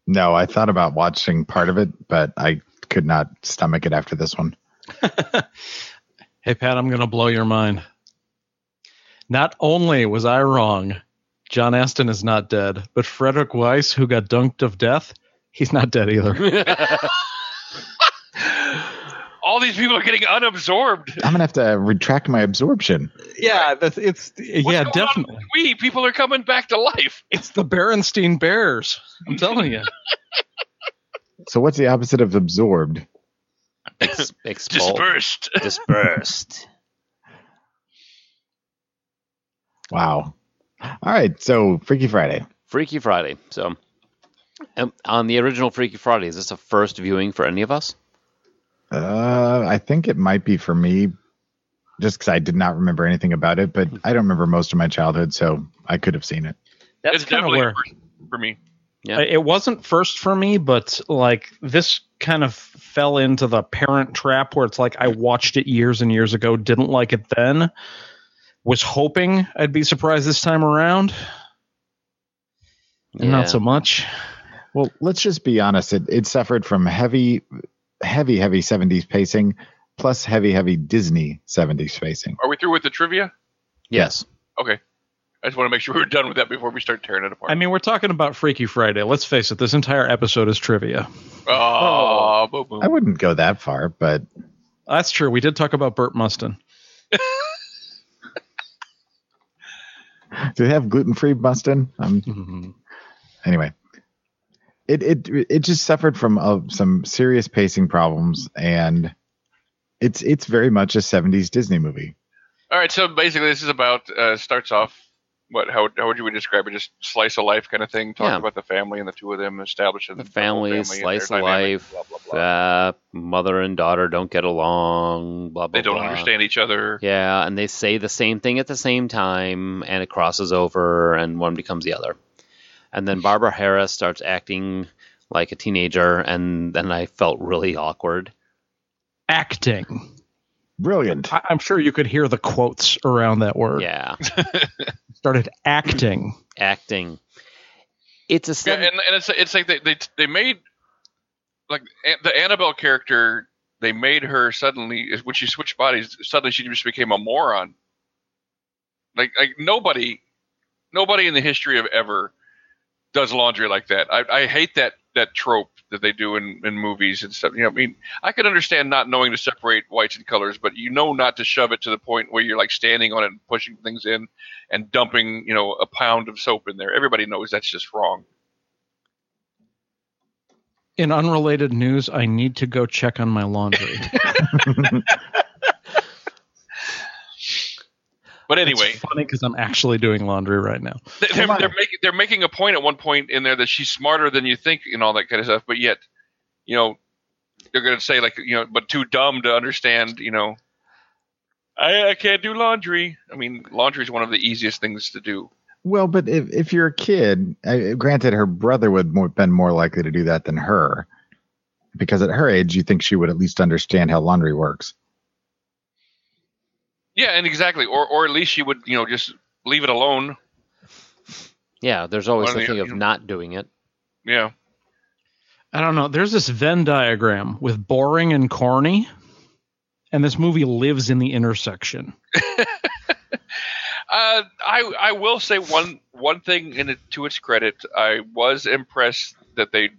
Speaker 5: No, I thought about watching part of it, but I could not stomach it after this one.
Speaker 6: hey Pat, I'm gonna blow your mind. Not only was I wrong, John Aston is not dead, but Frederick Weiss, who got dunked of death, he's not
Speaker 4: <laughs>
Speaker 6: dead either.
Speaker 4: All these people are getting unabsorbed.
Speaker 5: I'm gonna have to retract my absorption.
Speaker 6: yeah, that's it's
Speaker 4: What's
Speaker 6: yeah,
Speaker 4: going on
Speaker 6: definitely.
Speaker 4: with We people are coming back to life.
Speaker 6: It's the Berenstein Bears. I'm telling
Speaker 4: <laughs>
Speaker 6: you.
Speaker 5: So what's the opposite of absorbed?
Speaker 3: Ex- expelled.
Speaker 4: Dispersed.
Speaker 3: Dispersed.
Speaker 5: Wow. All right, so Freaky Friday.
Speaker 3: Freaky Friday. So um, on the original Freaky Friday, is this the first viewing for any of us?
Speaker 5: Uh, I think it might be for me, just because I did not remember anything about it, but I don't remember most of my childhood, so I could have seen it.
Speaker 6: That's
Speaker 4: it's
Speaker 6: kind of
Speaker 4: definitely
Speaker 6: where
Speaker 4: first for me.
Speaker 3: Yeah.
Speaker 6: Uh, it wasn't first for me, but like this kind of fell into the parent trap where it's like I watched it years and years ago, didn't like it then, was hoping I'd be surprised this time around. and
Speaker 3: Yeah.
Speaker 6: Not so much.
Speaker 5: Well, let's just be honest. It, it suffered from heavy, heavy, heavy 70s pacing, plus heavy, heavy Disney 70s pacing.
Speaker 4: Are we through with the trivia?
Speaker 3: Yes.
Speaker 4: Okay. I just want to make sure we're done with that before we start tearing it apart.
Speaker 6: I mean, we're talking about Freaky Friday. Let's face it, this entire episode is trivia.
Speaker 4: oh, boom, boom.
Speaker 5: I wouldn't go that far, but
Speaker 6: That's true. We did talk about Burt Mustin.
Speaker 5: Do they have gluten free Mustin? Um,
Speaker 3: Mm-hmm.
Speaker 5: Anyway, it it it just suffered from uh, some serious pacing problems, and it's it's very much a '70s Disney movie.
Speaker 4: All right, so basically, this is about uh, starts off. What? How, how would you would describe it? Just slice of life kind of thing. Talk
Speaker 3: Yeah.
Speaker 4: about the family and the two of them establishing
Speaker 3: The
Speaker 4: whole
Speaker 3: family,
Speaker 4: and
Speaker 3: slice
Speaker 4: their
Speaker 3: of
Speaker 4: dynamic,
Speaker 3: life.
Speaker 4: Blah, blah, blah.
Speaker 3: Uh, mother and daughter don't get along. Blah blah.
Speaker 4: they don't
Speaker 3: blah.
Speaker 4: understand each other.
Speaker 3: Yeah, and they say the same thing at the same time, and it crosses over, and one becomes the other. And then Barbara Harris starts acting like a teenager, and then I felt really awkward.
Speaker 6: Acting.
Speaker 5: Brilliant.
Speaker 6: I, I'm sure you could hear the quotes around that word.
Speaker 3: Yeah, <laughs>
Speaker 6: Started acting.
Speaker 3: acting. It's a
Speaker 4: Yeah,
Speaker 3: seven-
Speaker 4: and, and it's it's like they they, they made like An- the Annabelle character. They made her suddenly when she switched bodies. Suddenly, she just became a moron. Like like nobody, nobody in the history of ever does laundry like that. I, I hate that that trope that they do in, in movies and stuff. You know, I mean, I could understand not knowing to separate whites and colors, but you know not to shove it to the point where you're like standing on it and pushing things in and dumping, you know, a pound of soap in there. Everybody knows that's just wrong.
Speaker 6: In unrelated news, I need to go check on my laundry.
Speaker 3: <laughs>
Speaker 4: But anyway,
Speaker 6: it's funny because I'm actually doing laundry right now.
Speaker 4: They- They're, they're making they're making a point at one point in there that she's smarter than you think and all that kind of stuff, but yet, you know, they're going to say like you know, but too dumb to understand. You know, I, I can't do laundry. I mean, laundry is one of the easiest things to do.
Speaker 5: Well, but if if you're a kid, uh, granted, her brother would have been more likely to do that than her, because at her age, you think she would at least understand how laundry works.
Speaker 4: Yeah, and exactly, or or at least she would you know just leave it alone.
Speaker 3: yeah. There's always
Speaker 4: Well,
Speaker 3: the
Speaker 4: you-
Speaker 3: thing of
Speaker 4: you-
Speaker 3: not doing it.
Speaker 4: Yeah,
Speaker 6: I don't know. There's this Venn diagram with boring and corny, and this movie lives in the intersection.
Speaker 4: uh, I I will say one one thing in it, to its credit, I was impressed that they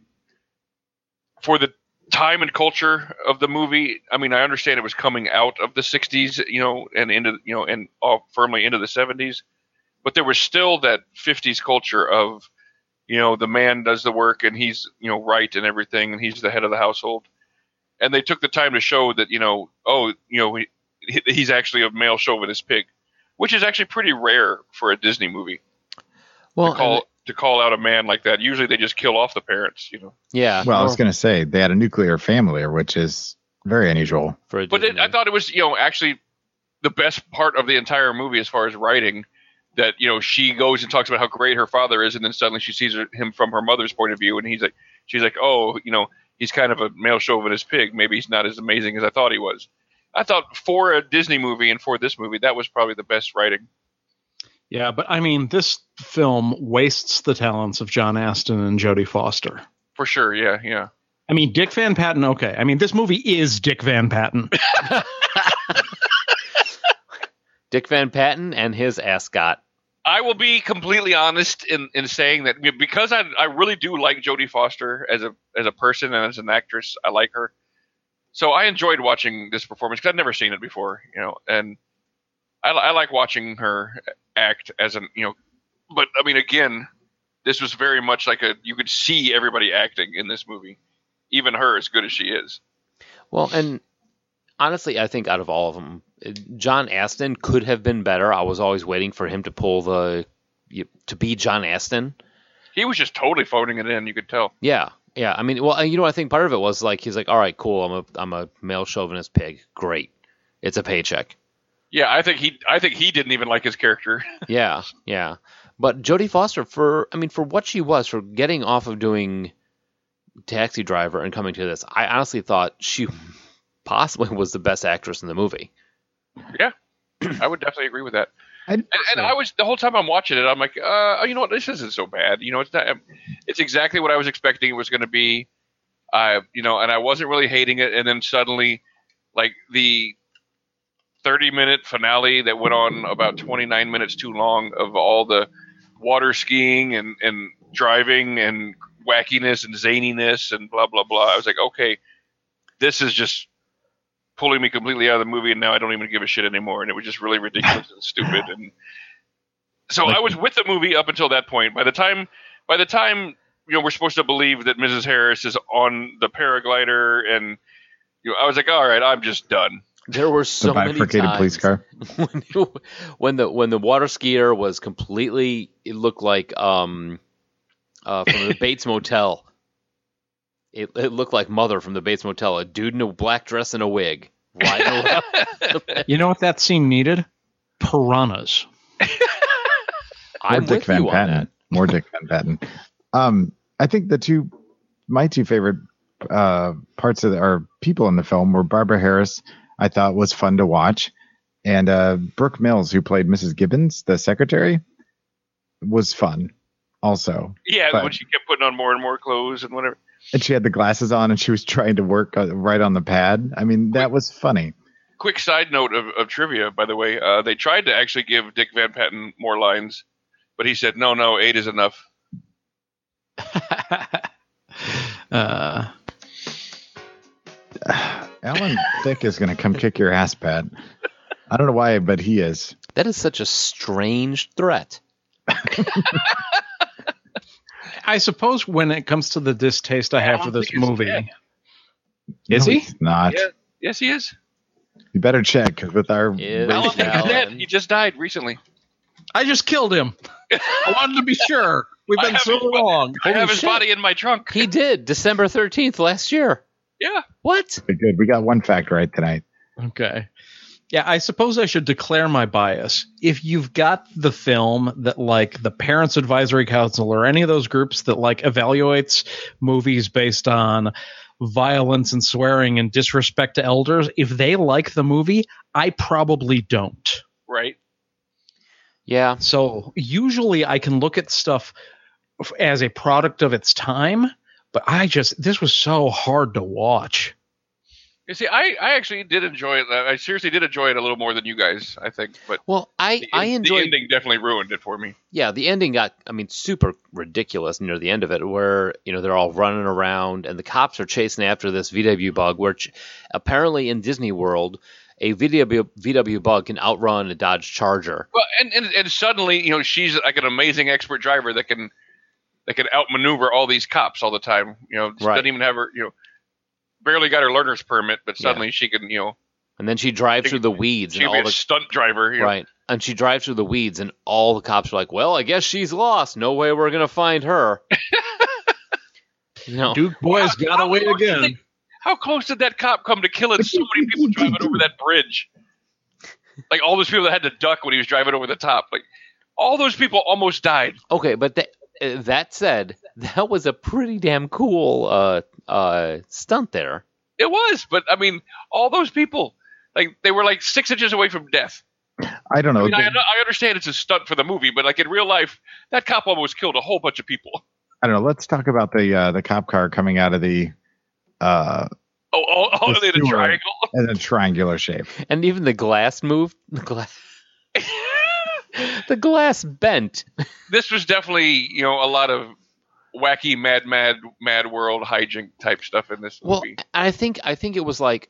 Speaker 4: for the time and culture of the movie. I mean, I understand it was coming out of the '60s, you know, and into you know, and all firmly into the '70s, but there was still that '50s culture of, you know, the man does the work and he's you know right and everything, and he's the head of the household. And they took the time to show that you know, oh, you know, he, he- he's actually a male chauvinist pig, which is actually pretty rare for a Disney movie
Speaker 3: Well,
Speaker 4: to call to call out a man like that. Usually, they just kill off the parents, you know.
Speaker 3: yeah.
Speaker 5: Well, I was
Speaker 3: or-
Speaker 5: going to say they had a nuclear family, which is very unusual.
Speaker 3: for a
Speaker 4: But it,
Speaker 3: Disney.
Speaker 4: I thought it was, you know, actually the best part of the entire movie as far as writing that, you know, she goes and talks about how great her father is. And then suddenly she sees her, him from her mother's point of view. And he's like, she's like, oh, you know, he's kind of a male chauvinist pig. Maybe he's not as amazing as I thought he was. I thought for a Disney movie and for this movie, that was probably the best writing.
Speaker 6: Yeah, but I mean, this film wastes the talents of John Aston and Jodie Foster.
Speaker 4: For sure. Yeah. Yeah.
Speaker 6: I mean, Dick Van Patten, okay. I mean, this movie is Dick Van Patten.
Speaker 4: <laughs>
Speaker 3: Dick Van Patten and his ascot.
Speaker 4: I will be completely honest in, in saying that because I, I really do like Jodie Foster as a as a person and as an actress, I like her. So I enjoyed watching this performance because I'd never seen it before, you know, and I, li- I like watching her act as an you know, but I mean again, this was very much like a you could see everybody acting in this movie, even her as good as she is.
Speaker 3: Well, and honestly, I think out of all of them, John Aston could have been better. I was always waiting for him to pull the you- to be John Aston.
Speaker 4: He was just totally phoning it in, you could tell.
Speaker 3: Yeah, yeah. I mean, well, and you know, I think part of it was like he's like, all right, cool. I'm a I'm a male chauvinist pig. Great, it's a paycheck.
Speaker 4: Yeah, I think he I think he didn't even like his character. <laughs>
Speaker 3: Yeah, yeah. But Jodie Foster, for I mean, for what she was, for getting off of doing Taxi Driver and coming to this, I honestly thought she <laughs> possibly was the best actress in the movie.
Speaker 4: I would definitely agree with that.
Speaker 5: I,
Speaker 4: And, and I was the whole time I'm watching it, I'm like, uh, oh, you know what? This isn't so bad. You know, it's not. It's exactly what I was expecting it was going to be. I, you know, and I wasn't really hating it. And then suddenly, like the 30 minute finale that went on about 29 minutes too long of all the water skiing and and driving and wackiness and zaniness and blah blah blah. I was like, okay, this is just pulling me completely out of the movie, and now I don't even give a shit anymore. And it was just really ridiculous and stupid. And so I was with the movie up until that point. By the time, by the time you know, we're supposed to believe that Mrs. Harris is on the paraglider, and you know, I was like, all right, I'm just done.
Speaker 3: There were
Speaker 5: The
Speaker 3: so many
Speaker 5: bifurcated
Speaker 3: times
Speaker 5: police car.
Speaker 3: <laughs> when, you- when the when the water skier was completely it looked like um uh from the Bates Motel. It, it looked like Mother from the Bates Motel, a dude in a black dress and a wig riding around.
Speaker 6: You know what that scene needed? Piranhas.
Speaker 5: More
Speaker 3: I'm
Speaker 5: Dick
Speaker 3: with
Speaker 5: Van
Speaker 3: you on
Speaker 5: Patten.
Speaker 3: that.
Speaker 5: More Dick Van Patten. Um, I think the two, my two favorite uh, parts of the, or people in the film were Barbara Harris. I thought was fun to watch, and uh, Brooke Mills, who played Mrs. Gibbons, the secretary, was fun. Also,
Speaker 4: Yeah,
Speaker 5: But-
Speaker 4: when she kept putting on more and more clothes and whatever.
Speaker 5: and she had the glasses on, and she was <laughs> trying to work uh, right on the pad. I mean, that was funny.
Speaker 4: Quick side note of, of trivia, by the way, uh, they tried to actually give Dick Van Patten more lines, but he said, no, no, eight is enough.
Speaker 6: Uh,
Speaker 3: <laughs>
Speaker 5: Alan Thick is going to come kick your ass, Pat. I don't know why, but he is.
Speaker 3: That is such a strange threat.
Speaker 6: I suppose when it comes to the distaste I have for this
Speaker 4: think it's
Speaker 6: movie,
Speaker 4: bad.
Speaker 6: Is
Speaker 5: No,
Speaker 6: he?
Speaker 5: he's not.
Speaker 4: Yeah. Yes, he is.
Speaker 5: You better check 'cause with our
Speaker 3: Ew.
Speaker 4: Alan <laughs>
Speaker 3: Alan
Speaker 4: Thicke is dead. He just died recently.
Speaker 6: I just killed him. I wanted to be sure. We've
Speaker 4: <laughs> I
Speaker 6: been
Speaker 4: have
Speaker 6: so
Speaker 4: his body.
Speaker 6: wrong.
Speaker 4: I have his
Speaker 3: shit.
Speaker 4: body in my trunk.
Speaker 3: <laughs> He did December thirteenth last year.
Speaker 4: Yeah.
Speaker 3: What?
Speaker 5: Okay, good. We got one fact right tonight.
Speaker 6: Okay. Yeah, I suppose I should declare my bias. If you've got the film that like the Parents Advisory Council or any of those groups that like evaluates movies based on violence and swearing and disrespect to elders, if they like the movie, I probably don't.
Speaker 4: Right.
Speaker 3: Yeah.
Speaker 6: So, usually I can look at stuff f- as a product of its time, but I just this was so hard to watch.
Speaker 4: You see, I, I actually did enjoy it. I seriously did enjoy it a little more than you guys, I think. But
Speaker 3: Well, I
Speaker 4: the,
Speaker 3: I
Speaker 4: the
Speaker 3: enjoyed
Speaker 4: ending definitely ruined it for me.
Speaker 3: yeah, the ending got, I mean, super ridiculous near the end of it, where, you know, they're all running around and the cops are chasing after this VW bug, which apparently in Disney World, a VW, VW bug can outrun a Dodge Charger.
Speaker 4: Well, and, and and suddenly, you know, she's like an amazing expert driver that can that can outmaneuver all these cops all the time. You know, she
Speaker 3: Right.
Speaker 4: doesn't even have her. You know, barely got her learner's permit, but suddenly she can. You know,
Speaker 3: And then she drives
Speaker 4: She-
Speaker 3: through the weeds
Speaker 4: she
Speaker 3: and
Speaker 4: can be
Speaker 3: all
Speaker 4: a
Speaker 3: the.
Speaker 4: stunt driver. You know.
Speaker 3: Right. And she drives through the weeds and all the cops are like, well, I guess she's lost. No way we're going to find her.
Speaker 4: <laughs>
Speaker 3: you know,
Speaker 6: Duke Boy's
Speaker 4: How-
Speaker 6: got
Speaker 4: how
Speaker 6: away
Speaker 4: close did
Speaker 6: again.
Speaker 4: they- How close did that cop come to killing so many
Speaker 3: <laughs>
Speaker 4: people driving over that bridge? Like all those people that had to duck when he was driving over the top. Like all those people almost died.
Speaker 3: Okay, but that uh, that said, that was a pretty damn cool uh, uh, stunt there.
Speaker 4: It was, but I mean, all those people. Like they were like six inches away from death.
Speaker 5: I don't know.
Speaker 4: I mean, I, I understand it's a stunt for the movie, but like in real life, that cop almost killed a whole bunch of people. <laughs>
Speaker 5: I don't know. Let's talk about the uh, the cop car coming out of the uh,
Speaker 4: Oh, oh, oh
Speaker 5: The
Speaker 4: in a
Speaker 5: sewer.
Speaker 4: triangle.
Speaker 5: in a triangular shape.
Speaker 3: And even the glass moved. <laughs> The glass, the glass bent.
Speaker 4: <laughs> this was definitely, you know, a lot of wacky, mad, mad, mad world hijink type stuff in this
Speaker 3: Well,
Speaker 4: movie.
Speaker 3: I think I think it was like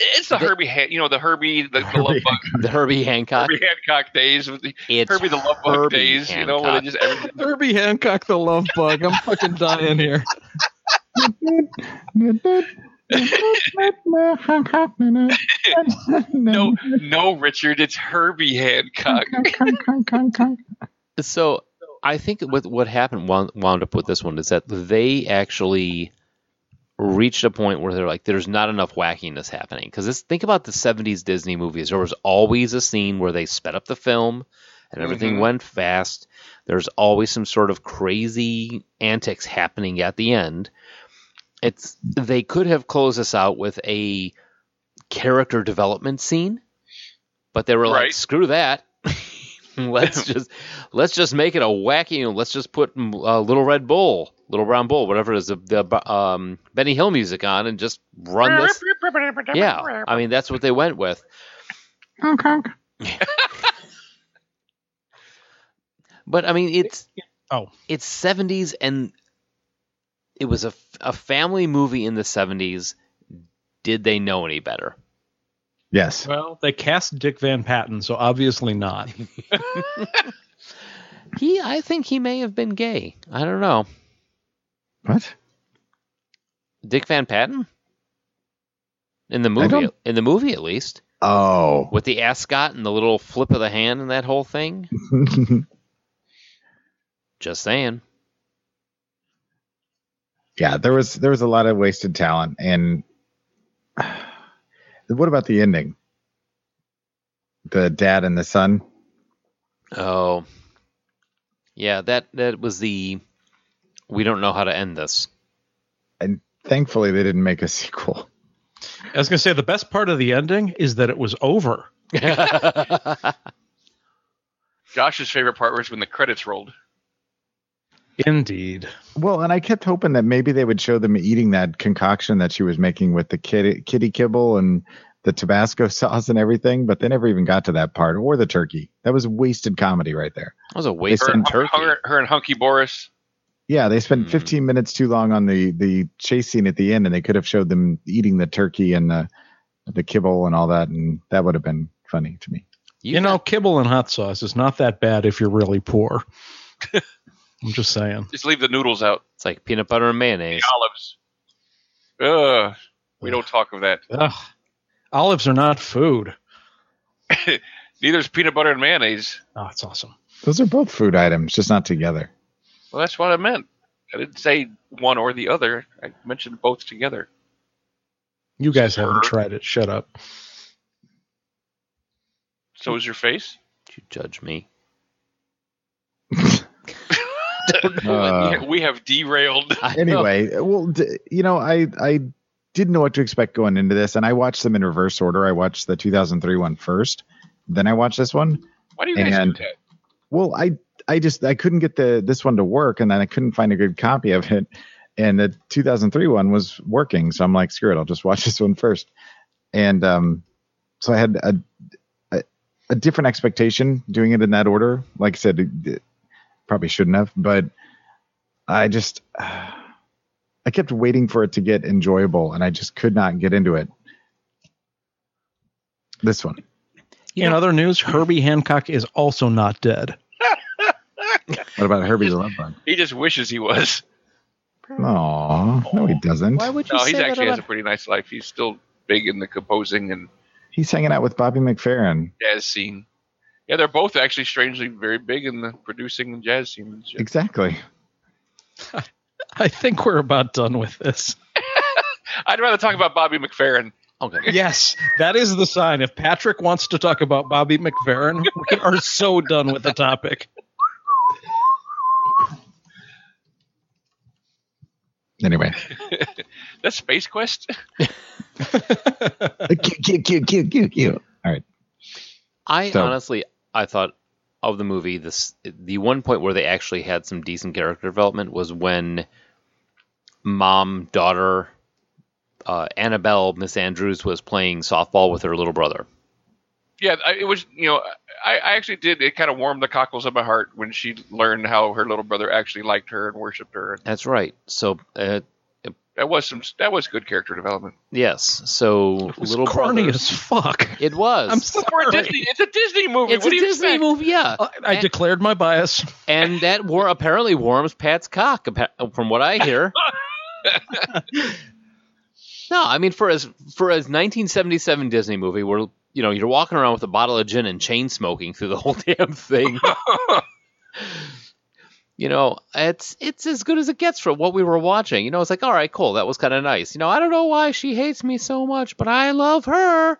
Speaker 4: It's the
Speaker 3: The-
Speaker 4: Herbie, Han- you know, the Herbie, the, the love
Speaker 5: Herbie
Speaker 4: bug,
Speaker 3: the Herbie Hancock.
Speaker 4: Herbie Hancock days, with the,
Speaker 3: It's
Speaker 4: Herbie the love bug
Speaker 3: Herbie
Speaker 4: days, you know, where
Speaker 3: Hancock.
Speaker 4: they just everything.
Speaker 6: Herbie Hancock, the love bug. I'm fucking dying here.
Speaker 4: No, no, Richard, it's Herbie Hancock.
Speaker 3: <laughs> So I think with what happened wound, wound up with this one is that they actually reached a point where they're like, there's not enough wackiness happening. Because think about the 70s Disney movies. There was always a scene where they sped up the film and everything
Speaker 4: Mhm.
Speaker 3: went fast. There's always some sort of crazy antics happening at the end. It's they could have closed this out with a character development scene, but they were like,
Speaker 4: Right.
Speaker 3: screw that. <laughs> let's just let's just make it a wacky. You know, let's just put mm, uh, Little Red Bull, Little Brown Bull, whatever it is, the, the um, Benny Hill music on, and just run this. Yeah, I mean that's what they went with. <laughs> But I mean it's
Speaker 6: Oh.
Speaker 3: it's seventies and it was a, f- a family movie in the seventies. Did they know any better?
Speaker 5: Yes.
Speaker 6: Well, they cast Dick Van Patten, so obviously not.
Speaker 3: He, I think he may have been gay. I don't know.
Speaker 5: What?
Speaker 3: Dick Van Patten? In the movie,
Speaker 5: don't-
Speaker 3: in the movie at least,
Speaker 5: Oh. <laughs>
Speaker 3: with the ascot and the little flip of the hand and that whole thing. Just saying.
Speaker 5: yeah, there was there was a lot of wasted talent and <sighs> what about the ending? The dad and the son?
Speaker 3: Oh, yeah. That that was the. We don't know how to end this. <laughs>
Speaker 5: And thankfully they didn't make a sequel.
Speaker 6: I was going to say the best part of the ending is that it was over.
Speaker 4: Josh's favorite part was when the credits rolled.
Speaker 6: Indeed.
Speaker 5: Well, and I kept hoping that maybe they would show them eating that concoction that she was making with the kitty, kitty kibble and the Tabasco <laughs> sauce and everything, but they never even got to that part or the turkey. That was wasted comedy right there.
Speaker 3: That was a waste
Speaker 4: Her,
Speaker 5: They
Speaker 3: of
Speaker 4: and
Speaker 5: send
Speaker 4: Hun-
Speaker 3: turkey.
Speaker 4: her, her and Hunky Boris.
Speaker 5: Yeah, they spent
Speaker 3: Hmm.
Speaker 5: 15 minutes too long on the the chase scene at the end, and they could have showed them eating the turkey and the the kibble and all that, and that would have been funny to me.
Speaker 6: You, know, kibble and hot sauce is not that bad if you're really poor. I'm just saying.
Speaker 4: Just leave the noodles out.
Speaker 3: it's like peanut butter and mayonnaise.
Speaker 4: The olives. Ugh. We don't talk of that.
Speaker 6: Ugh. Olives are not food.
Speaker 4: Neither is peanut butter and mayonnaise.
Speaker 6: Oh, it's awesome.
Speaker 5: Those are both food items, just not together.
Speaker 4: Well, that's what I meant. I didn't say one or the other. I mentioned both together.
Speaker 6: You guys haven't
Speaker 4: Sure.
Speaker 6: tried it. Shut up.
Speaker 4: So is your face.
Speaker 3: Don't you judge me.
Speaker 5: Uh,
Speaker 4: Yeah, <laughs> we have derailed.
Speaker 3: I know.
Speaker 5: anyway, well, d- you know, I I didn't know what to expect going into this, and I watched them in reverse order. I watched the 2003 one first, then I watched this one.
Speaker 4: Why do you guys
Speaker 5: And-
Speaker 4: do that?
Speaker 5: Well, I I just I couldn't get the this one to work, and then I couldn't find a good copy of it, and the 2003 one was working, so I'm like, screw it, I'll just watch <laughs> this one first, and um, so I had a a, a different expectation doing it in that order. Like I said, it- it probably shouldn't have, but I just <sighs> I kept waiting for it to get enjoyable, and I just could not get into it. This one.
Speaker 6: In other news, Herbie Hancock is also not dead.
Speaker 5: What about Herbie's Love Bug?
Speaker 4: He just wishes he
Speaker 3: <laughs>
Speaker 4: was.
Speaker 5: Aw, no, he doesn't.
Speaker 3: Why would you
Speaker 4: No,
Speaker 3: say
Speaker 4: he
Speaker 3: that
Speaker 4: actually has a
Speaker 3: about-
Speaker 4: pretty nice life. He's still big in the composing and
Speaker 5: He's hanging out with Bobby McFerrin.
Speaker 4: jazz scene. Yeah, they're both actually strangely very big in the producing and jazz scene. And shit.
Speaker 5: Exactly.
Speaker 6: I think we're about done with this.
Speaker 4: I'd rather talk about Bobby McFerrin.
Speaker 3: Okay.
Speaker 6: Yes, that is the sign. If Patrick wants to talk about Bobby McFerrin, we are so done with the <laughs> topic.
Speaker 5: Anyway,
Speaker 4: That's Space Quest. <laughs>
Speaker 5: Q, Q, Q, Q, Q, Q. All right.
Speaker 3: I
Speaker 5: So-
Speaker 3: honestly, I thought of the movie. This the one point where they actually had some decent character development was when mom daughter uh, Annabelle Miss Andrews was playing softball with her little brother.
Speaker 4: Yeah, I, it was. You know, I, I actually did. It kind of warmed the cockles of my heart when she learned how her little brother actually liked her and worshipped her.
Speaker 3: That's right. So uh,
Speaker 4: That was some. That was good character development.
Speaker 3: yes, so
Speaker 6: It was
Speaker 3: little
Speaker 6: corny
Speaker 3: brother.
Speaker 6: as fuck.
Speaker 3: It was.
Speaker 6: I'm
Speaker 4: We're a
Speaker 6: sorry. Uh,
Speaker 4: Disney. It's a Disney movie.
Speaker 3: it's
Speaker 4: what
Speaker 3: a
Speaker 4: do you
Speaker 3: Disney
Speaker 4: expect?
Speaker 3: movie, yeah.
Speaker 6: I, I declared my bias.
Speaker 3: and that war apparently warms Pat's cock, appa- from what I hear. no, I mean for as for as 1977 Disney movie, where you know you're walking around with a bottle of gin and chain smoking through the <laughs> whole damn thing. you know, it's it's as good as it gets for what we were watching. You know, it's like all right, cool, that was kind of nice. You know, I don't know why she hates me so much, but I love her.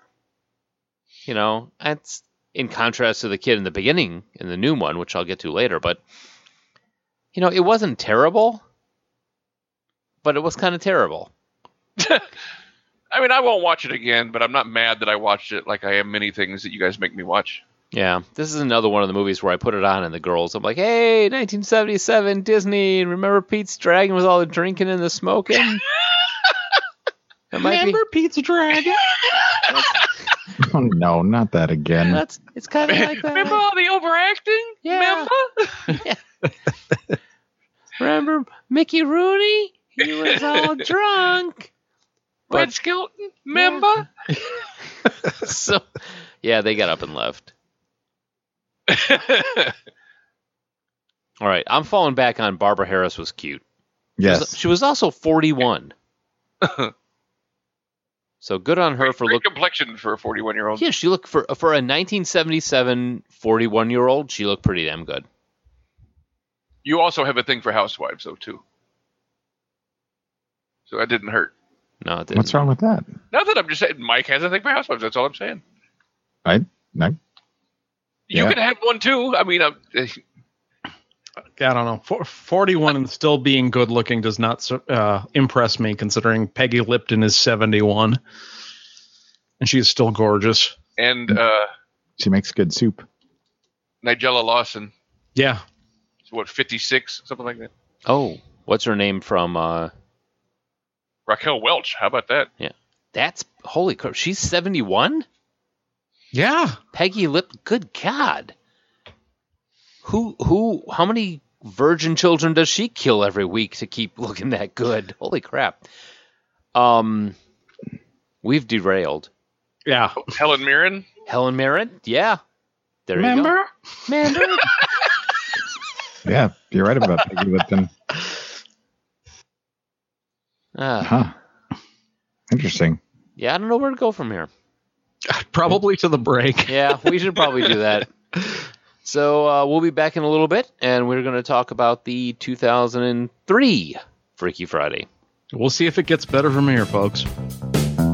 Speaker 3: You know, it's in contrast to the kid in the beginning in the new one, which I'll get to later, but you know, it wasn't terrible, but it was kind of terrible.
Speaker 4: I mean, I won't watch it again, but I'm not mad that I watched it. Like I am many things that you guys make me watch.
Speaker 3: Yeah, this is another one of the movies where I put it on and the girls, I'm like, hey, 1977 Disney, remember Pete's Dragon with all the drinking and the smoking? That might be,
Speaker 6: Remember Pizza Dragon?
Speaker 5: Oh, no, not that again.
Speaker 3: that's it's kind of <laughs> like that.
Speaker 4: Remember all the overacting?
Speaker 3: Yeah.
Speaker 4: Remember?
Speaker 3: Remember Mickey Rooney? He was all drunk. <laughs>
Speaker 4: Red Skelton? Remember?
Speaker 3: so, yeah, they got up and left.
Speaker 4: <laughs>
Speaker 3: All right, I'm falling back on Barbara Harris was cute. She was-
Speaker 5: Yes.
Speaker 3: She was also
Speaker 5: <laughs>
Speaker 3: 41. so good on her for
Speaker 4: Great
Speaker 3: looking.
Speaker 4: complexion for a 41 year old.
Speaker 3: Yeah, she looked for for a 1977 41 year old. She looked pretty damn good.
Speaker 4: You also have a thing for housewives, though, too. So that didn't hurt.
Speaker 3: No, it didn't.
Speaker 5: What's wrong with that?
Speaker 4: Not that I'm just saying Mike has a thing for housewives. That's all I'm saying.
Speaker 5: I no.
Speaker 4: You
Speaker 5: Yeah.
Speaker 4: can have one too. I mean, I'm, <laughs>
Speaker 6: I don't know. For, 41 and still being good looking does not sur- uh, impress me, considering Peggy Lipton is 71 and she is still gorgeous.
Speaker 4: and uh,
Speaker 5: She makes good soup.
Speaker 4: Nigella Lawson
Speaker 6: Yeah,
Speaker 4: is what 56, something like that.
Speaker 3: Oh, what's her name from? uh
Speaker 4: Raquel Welch. How about that?
Speaker 3: That's holy crap. She's 71.
Speaker 6: yeah.
Speaker 3: Peggy Lip. Good God. Who who? How many virgin children does she kill every week to keep looking that good? Holy crap. Um, we've derailed.
Speaker 6: Yeah.
Speaker 4: Helen Mirren.
Speaker 3: Helen Mirren. Yeah. There you go. Remember.
Speaker 5: Yeah, you're right about Peggy Lipton.
Speaker 3: Ah,
Speaker 5: Huh. Interesting.
Speaker 3: yeah, I don't know where to go from here.
Speaker 6: Probably to the break.
Speaker 3: Yeah, we should probably do that. So uh, we'll be back in a little bit, and we're going to talk about the 2003 Freaky Friday.
Speaker 6: We'll see if it gets better from here, folks.
Speaker 4: Ah.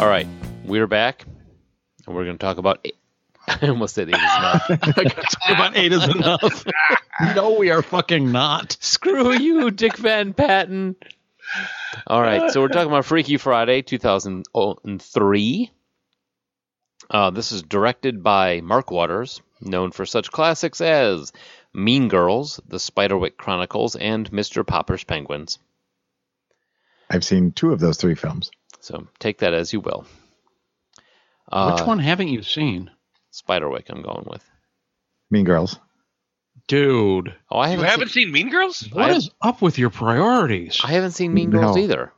Speaker 3: All right, we're back, and we're going to talk about. eight- <laughs> I almost said eight is not.
Speaker 6: Talk about eight is
Speaker 4: <laughs>
Speaker 6: enough. no, we are fucking not.
Speaker 3: Screw you, Dick Van Patten. All right, so we're talking about Freaky Friday 2003. Uh, this is directed by Mark Waters, known for such classics as Mean Girls, The Spiderwick Chronicles, and Mr. Popper's Penguins.
Speaker 5: I've seen two of those three films.
Speaker 3: So take that as you will. Uh,
Speaker 6: Which one haven't you seen?
Speaker 3: Spiderwick, I'm going with.
Speaker 5: Mean Girls.
Speaker 6: Dude,
Speaker 3: Oh, I
Speaker 4: You
Speaker 3: haven't,
Speaker 4: haven't
Speaker 3: seen,
Speaker 4: seen Mean Girls?
Speaker 6: What is
Speaker 3: I have-
Speaker 6: up with your priorities?
Speaker 3: I haven't seen Mean Girls
Speaker 5: No.
Speaker 3: either.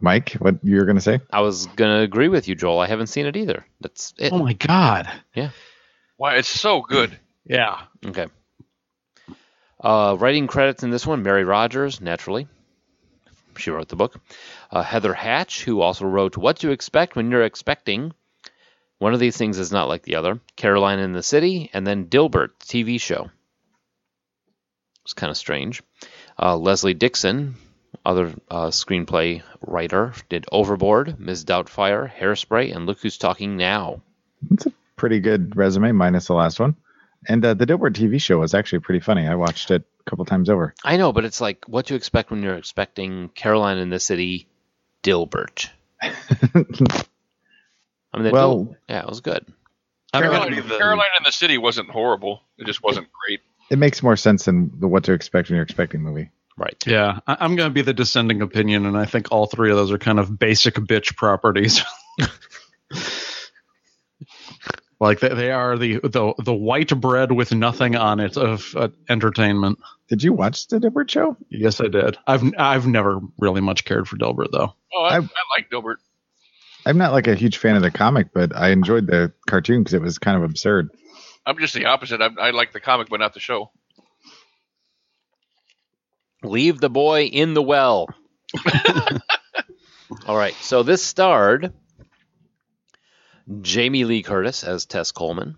Speaker 5: Mike, what you were gonna say?
Speaker 3: I was gonna agree with you, Joel. I haven't seen it either. That's it.
Speaker 6: oh my god.
Speaker 4: Why, it's so good.
Speaker 6: Yeah.
Speaker 3: Okay. Uh, writing credits in this one: Mary Rogers, naturally. She wrote the book. Uh, Heather Hatch, who also wrote "What to Expect When You're Expecting." One of these things is not like the other. Caroline in the City, and then Dilbert TV show. It's kind of strange. Uh, Leslie Dixon, other uh, screenplay writer, did Overboard, Ms. Doubtfire, Hairspray, and Look Who's Talking Now.
Speaker 5: It's a pretty good resume, minus the last one. And uh, the Dilbert TV show was actually pretty funny. I watched it a couple times over.
Speaker 3: I know, but it's like what to expect when you're expecting Caroline in the city, Dilbert. I mean, the
Speaker 5: Well-
Speaker 3: Dil- yeah, it was good.
Speaker 6: I don't
Speaker 4: Caroline,
Speaker 6: know the-
Speaker 4: Caroline in the City wasn't horrible. It just wasn't great.
Speaker 5: It makes more sense than the What to Expect When You're Expecting movie.
Speaker 3: Right.
Speaker 6: Yeah, I, I'm going to be the dissenting opinion, and I think all three of those are kind of basic bitch properties. <laughs> like they, they are the, the the white bread with nothing on it of uh, entertainment.
Speaker 5: Did you watch the Dilbert show?
Speaker 6: Yes, I did. I've I've never really much cared for Dilbert though.
Speaker 4: Oh, I,
Speaker 5: I-
Speaker 4: I, like Dilbert.
Speaker 5: I'm not like a huge fan of the comic, but I enjoyed the cartoon because it was kind of absurd.
Speaker 4: I'm just the opposite. I, I like the comic, but not the show.
Speaker 3: Leave the boy in the well. All right. So this starred Jamie Lee Curtis as Tess Coleman,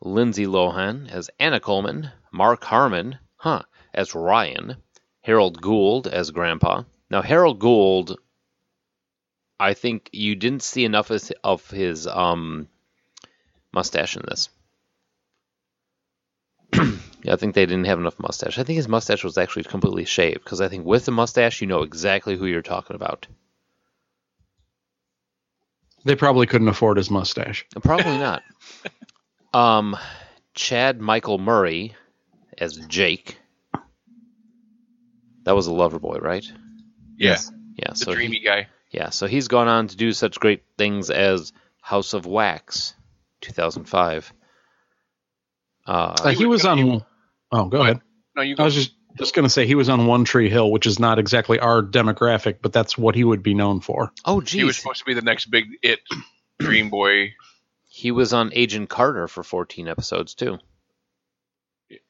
Speaker 3: Lindsay Lohan as Anna Coleman, Mark Harmon, huh, as Ryan, Harold Gould as Grandpa. Now Harold Gould, I think you didn't see enough of- of his um, mustache in this. Yeah, I think they didn't have enough mustache. I think his mustache was actually completely shaved because I think with the mustache, you know exactly who you're talking about.
Speaker 6: They probably couldn't afford his mustache.
Speaker 4: <laughs>
Speaker 3: Probably not. um, Chad Michael Murray as Jake. That was a lover boy, right?
Speaker 4: Yeah.
Speaker 3: Yeah.
Speaker 4: The
Speaker 3: so he-
Speaker 4: dreamy guy.
Speaker 3: yeah. So he's gone on to do such great things as House of Wax, 2005, Uh,
Speaker 6: Uh, he was on. Oh, go ahead.
Speaker 4: No, you go.
Speaker 6: I was just just going to say he was on One Tree Hill, which is not exactly our demographic, but that's what he would be known for.
Speaker 3: oh,
Speaker 4: he was
Speaker 3: geez.
Speaker 4: supposed to be the next big
Speaker 3: <clears throat>
Speaker 4: it, Dream Boy.
Speaker 3: He was on Agent Carter for 14 episodes, too.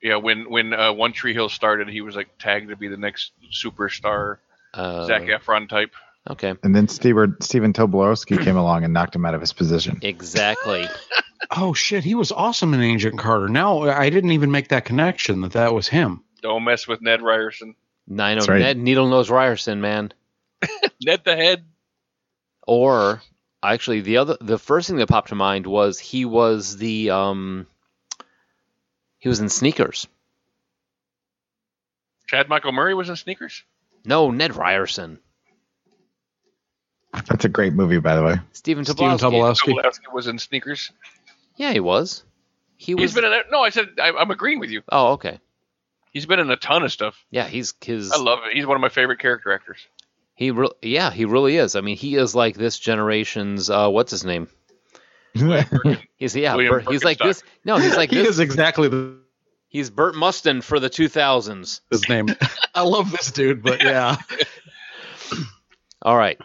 Speaker 4: Yeah, when when uh, One Tree Hill started, he was like tagged to be the next superstar,
Speaker 3: Uh,
Speaker 4: Zac Efron type.
Speaker 3: Okay.
Speaker 5: And then Steven, Steven Tobolowsky came along and knocked him out of his position.
Speaker 3: Exactly.
Speaker 6: Oh shit, he was awesome in Agent Carter. Now I didn't even make that connection that that was him.
Speaker 4: Don't mess with Ned Ryerson.
Speaker 3: Nine
Speaker 5: That's
Speaker 3: oh
Speaker 5: right.
Speaker 3: Ned Needle Nose Ryerson, man.
Speaker 4: Ned the Head.
Speaker 3: Or actually, the other the first thing that popped to mind was he was the um he was in sneakers.
Speaker 4: Chad Michael Murray was in Sneakers.
Speaker 3: No, Ned Ryerson,
Speaker 5: That's a great movie, by the way.
Speaker 3: Stephen
Speaker 6: Steven
Speaker 3: Tobolowsky.
Speaker 6: Tobolowsky.
Speaker 4: Kowalski was in Sneakers.
Speaker 3: Yeah, he was. He was.
Speaker 4: He's been in. A, no, I said I, I'm agreeing with you.
Speaker 3: oh, okay.
Speaker 4: He's been in a ton of stuff.
Speaker 3: Yeah, he's his.
Speaker 4: I love it. He's one of my favorite character actors.
Speaker 3: He re- yeah, he really is. I mean, he is like this generation's uh, what's his name? He's yeah,
Speaker 4: William
Speaker 3: Bert, he's like this. No, he's like
Speaker 6: <laughs> he
Speaker 3: this.
Speaker 6: is exactly the,
Speaker 3: He's Burt Mustin for the 2000s.
Speaker 6: his <laughs> name. I love this dude, but yeah.
Speaker 3: All right.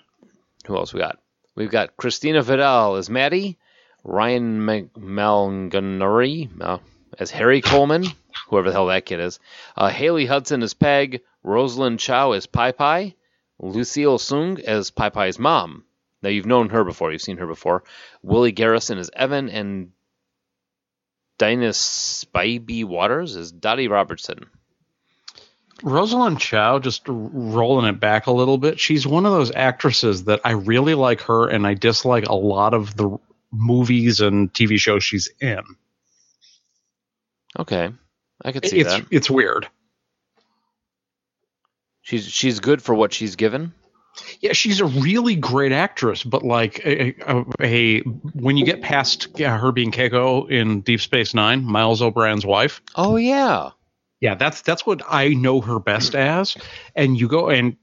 Speaker 3: Who else we got? We've got Christina Vidal as Maddie, Ryan Mc- Malganuri uh, as Harry Coleman, whoever the hell that kid is, uh, Haley Hudson as Peg, Rosalind Chow as Pai Pai, Lucille Sung as Pai Pai's mom. Now, you've known her before, you've seen her before. Willie Garrison as Evan, and Dinah Spivey Waters as Dottie Robertson.
Speaker 6: <laughs> Rosalind Chow, just r- rolling it back a little bit, she's one of those actresses that I really like her and I dislike a lot of the movies and TV shows she's in.
Speaker 3: Okay. I could see
Speaker 6: It's
Speaker 3: that.
Speaker 6: it's weird.
Speaker 3: She's, she's good for what she's given.
Speaker 6: Yeah, she's a really great actress, but like a, a, a when you get past yeah, her being Keiko in Deep Space Nine, Miles O'Brien's wife.
Speaker 3: Oh, yeah.
Speaker 6: Yeah, that's that's what I know her best as. And you go and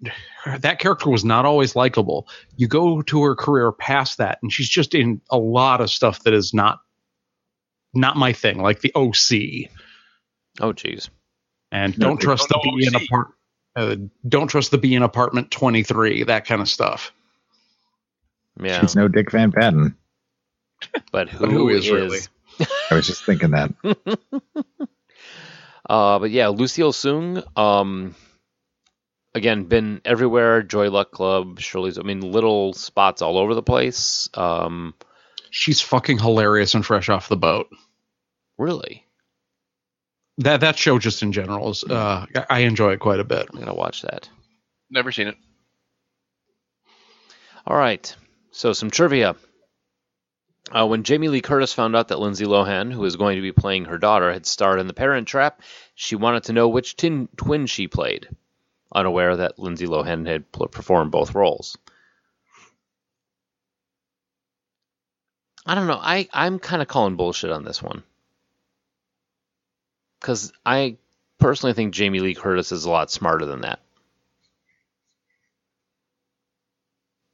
Speaker 6: her- that character was not always likable. You go to her career past that, and she's just in a lot of stuff that is not not my thing, like the OC
Speaker 3: Oh, jeez.
Speaker 6: and don't trust
Speaker 4: don't
Speaker 6: the
Speaker 4: know
Speaker 6: B in
Speaker 4: OC.
Speaker 6: apart. Uh, don't trust the B in apartment 23 that kind of stuff
Speaker 5: <laughs>
Speaker 3: Yeah,
Speaker 5: She's no Dick Van Patten.
Speaker 3: but who,
Speaker 6: who
Speaker 3: is?
Speaker 6: is really?
Speaker 5: I was just thinking that.
Speaker 3: Uh, but yeah, Lucille Sung. Um, again, been everywhere. Joy Luck Club, Shirley's. I mean, little spots all over the place. Um,
Speaker 6: she's fucking hilarious and fresh off the boat.
Speaker 3: really,
Speaker 6: That that show just in general is uh, I- I enjoy it quite a bit.
Speaker 3: I'm gonna watch that.
Speaker 4: Never seen it.
Speaker 3: All right. So some trivia. Uh, when Jamie Lee Curtis found out that Lindsay Lohan, who is going to be playing her daughter, had starred in The Parent Trap, she wanted to know which tin, twin she played, unaware that Lindsay Lohan had pl- performed both roles. I don't know. I, I'm kind of calling bullshit on this one. Because I personally think Jamie Lee Curtis is a lot smarter than that.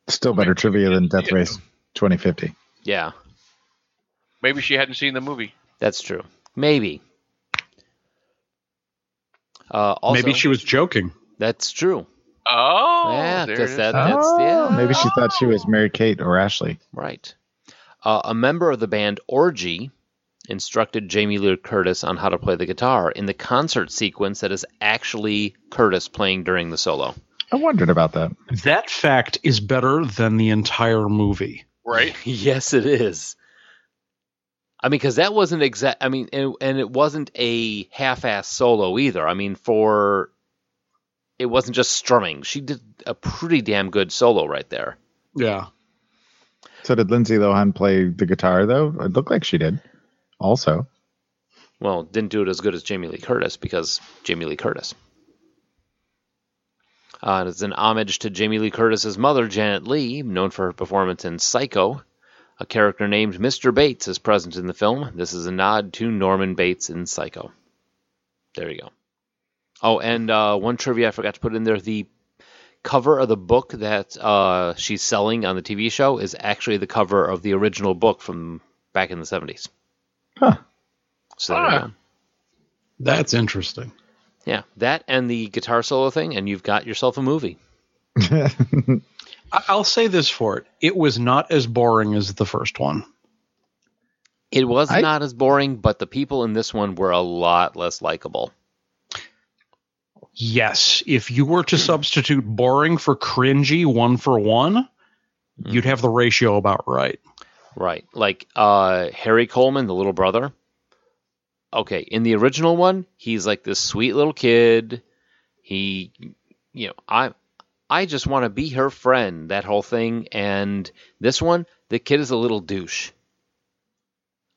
Speaker 5: Still better trivia than Death
Speaker 4: Yeah.
Speaker 5: Race 2050.
Speaker 3: Yeah.
Speaker 4: Maybe she hadn't seen the movie.
Speaker 3: That's true. Maybe. Uh, also,
Speaker 6: Maybe she was joking.
Speaker 3: That's true.
Speaker 4: Oh,
Speaker 3: yeah,
Speaker 4: there it
Speaker 3: that's,
Speaker 4: is.
Speaker 3: that, that's yeah.
Speaker 5: Maybe she thought she was Mary Kate or Ashley.
Speaker 3: Right. Uh, a member of the band Orgy instructed Jamie Lee Curtis on how to play the guitar in the concert sequence that is actually Curtis playing during the solo. <laughs>
Speaker 5: I wondered about that.
Speaker 6: That fact is better than the entire movie.
Speaker 4: right.
Speaker 3: yes, it is. I mean, because that wasn't exact. I mean, and, and it wasn't a half-ass solo either. I mean, for it wasn't just strumming. She did a pretty damn good solo right there.
Speaker 6: Yeah.
Speaker 5: So did Lindsay Lohan play the guitar though? It looked like she did. Also, <laughs>
Speaker 3: Well, didn't do it as good as Jamie Lee Curtis because Jamie Lee Curtis. Uh, and it's an homage to Jamie Lee Curtis's mother, Janet Lee, known for her performance in Psycho. A character named Mr. Bates is present in the film. This is a nod to Norman Bates in Psycho. There you go. Oh, and uh, one trivia I forgot to put in there: the cover of the book that uh, she's selling on the TV show is actually the cover of the original book from back in the seventies.
Speaker 5: Huh.
Speaker 3: So there you
Speaker 4: Ah.
Speaker 3: go.
Speaker 6: That's interesting.
Speaker 3: Yeah, that and the guitar solo thing, and you've got yourself a movie.
Speaker 6: I- I'll say this for it: it was not as boring as the first one.
Speaker 3: It was
Speaker 5: I-
Speaker 3: not as boring, but the people in this one were a lot less likable.
Speaker 6: Yes, if you were to substitute boring for cringy one for one, you'd have the ratio about right.
Speaker 3: Right. Like uh, Harry Coleman, the little brother. Okay, in the original one, he's like this sweet little kid. He, you know, I, I just want to be her friend. That whole thing. And this one, the kid is a little douche.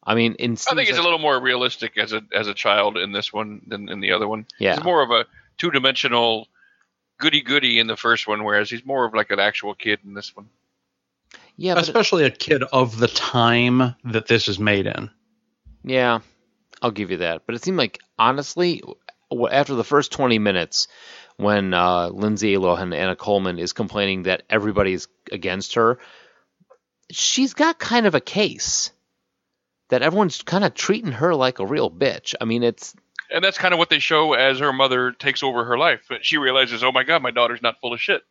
Speaker 3: I mean, in
Speaker 4: I think it's a little more realistic as a as a child in this one than in the other one.
Speaker 3: Yeah.
Speaker 4: He's more of a two dimensional goody goody in the first one, whereas he's more of like an actual kid in this one.
Speaker 3: yeah, but-
Speaker 6: Especially a kid of the time that this is made in.
Speaker 3: Yeah, I'll give you that. But it seemed like, honestly, w- after the first 20 minutes, when uh, Lindsay Lohan and Anna Coleman is complaining that everybody's against her, she's got kind of a case that everyone's kind of treating her like a real bitch. I mean, it's
Speaker 4: And that's kind of what they show as her mother takes over her life. But she realizes, oh my god, my daughter's not full of shit.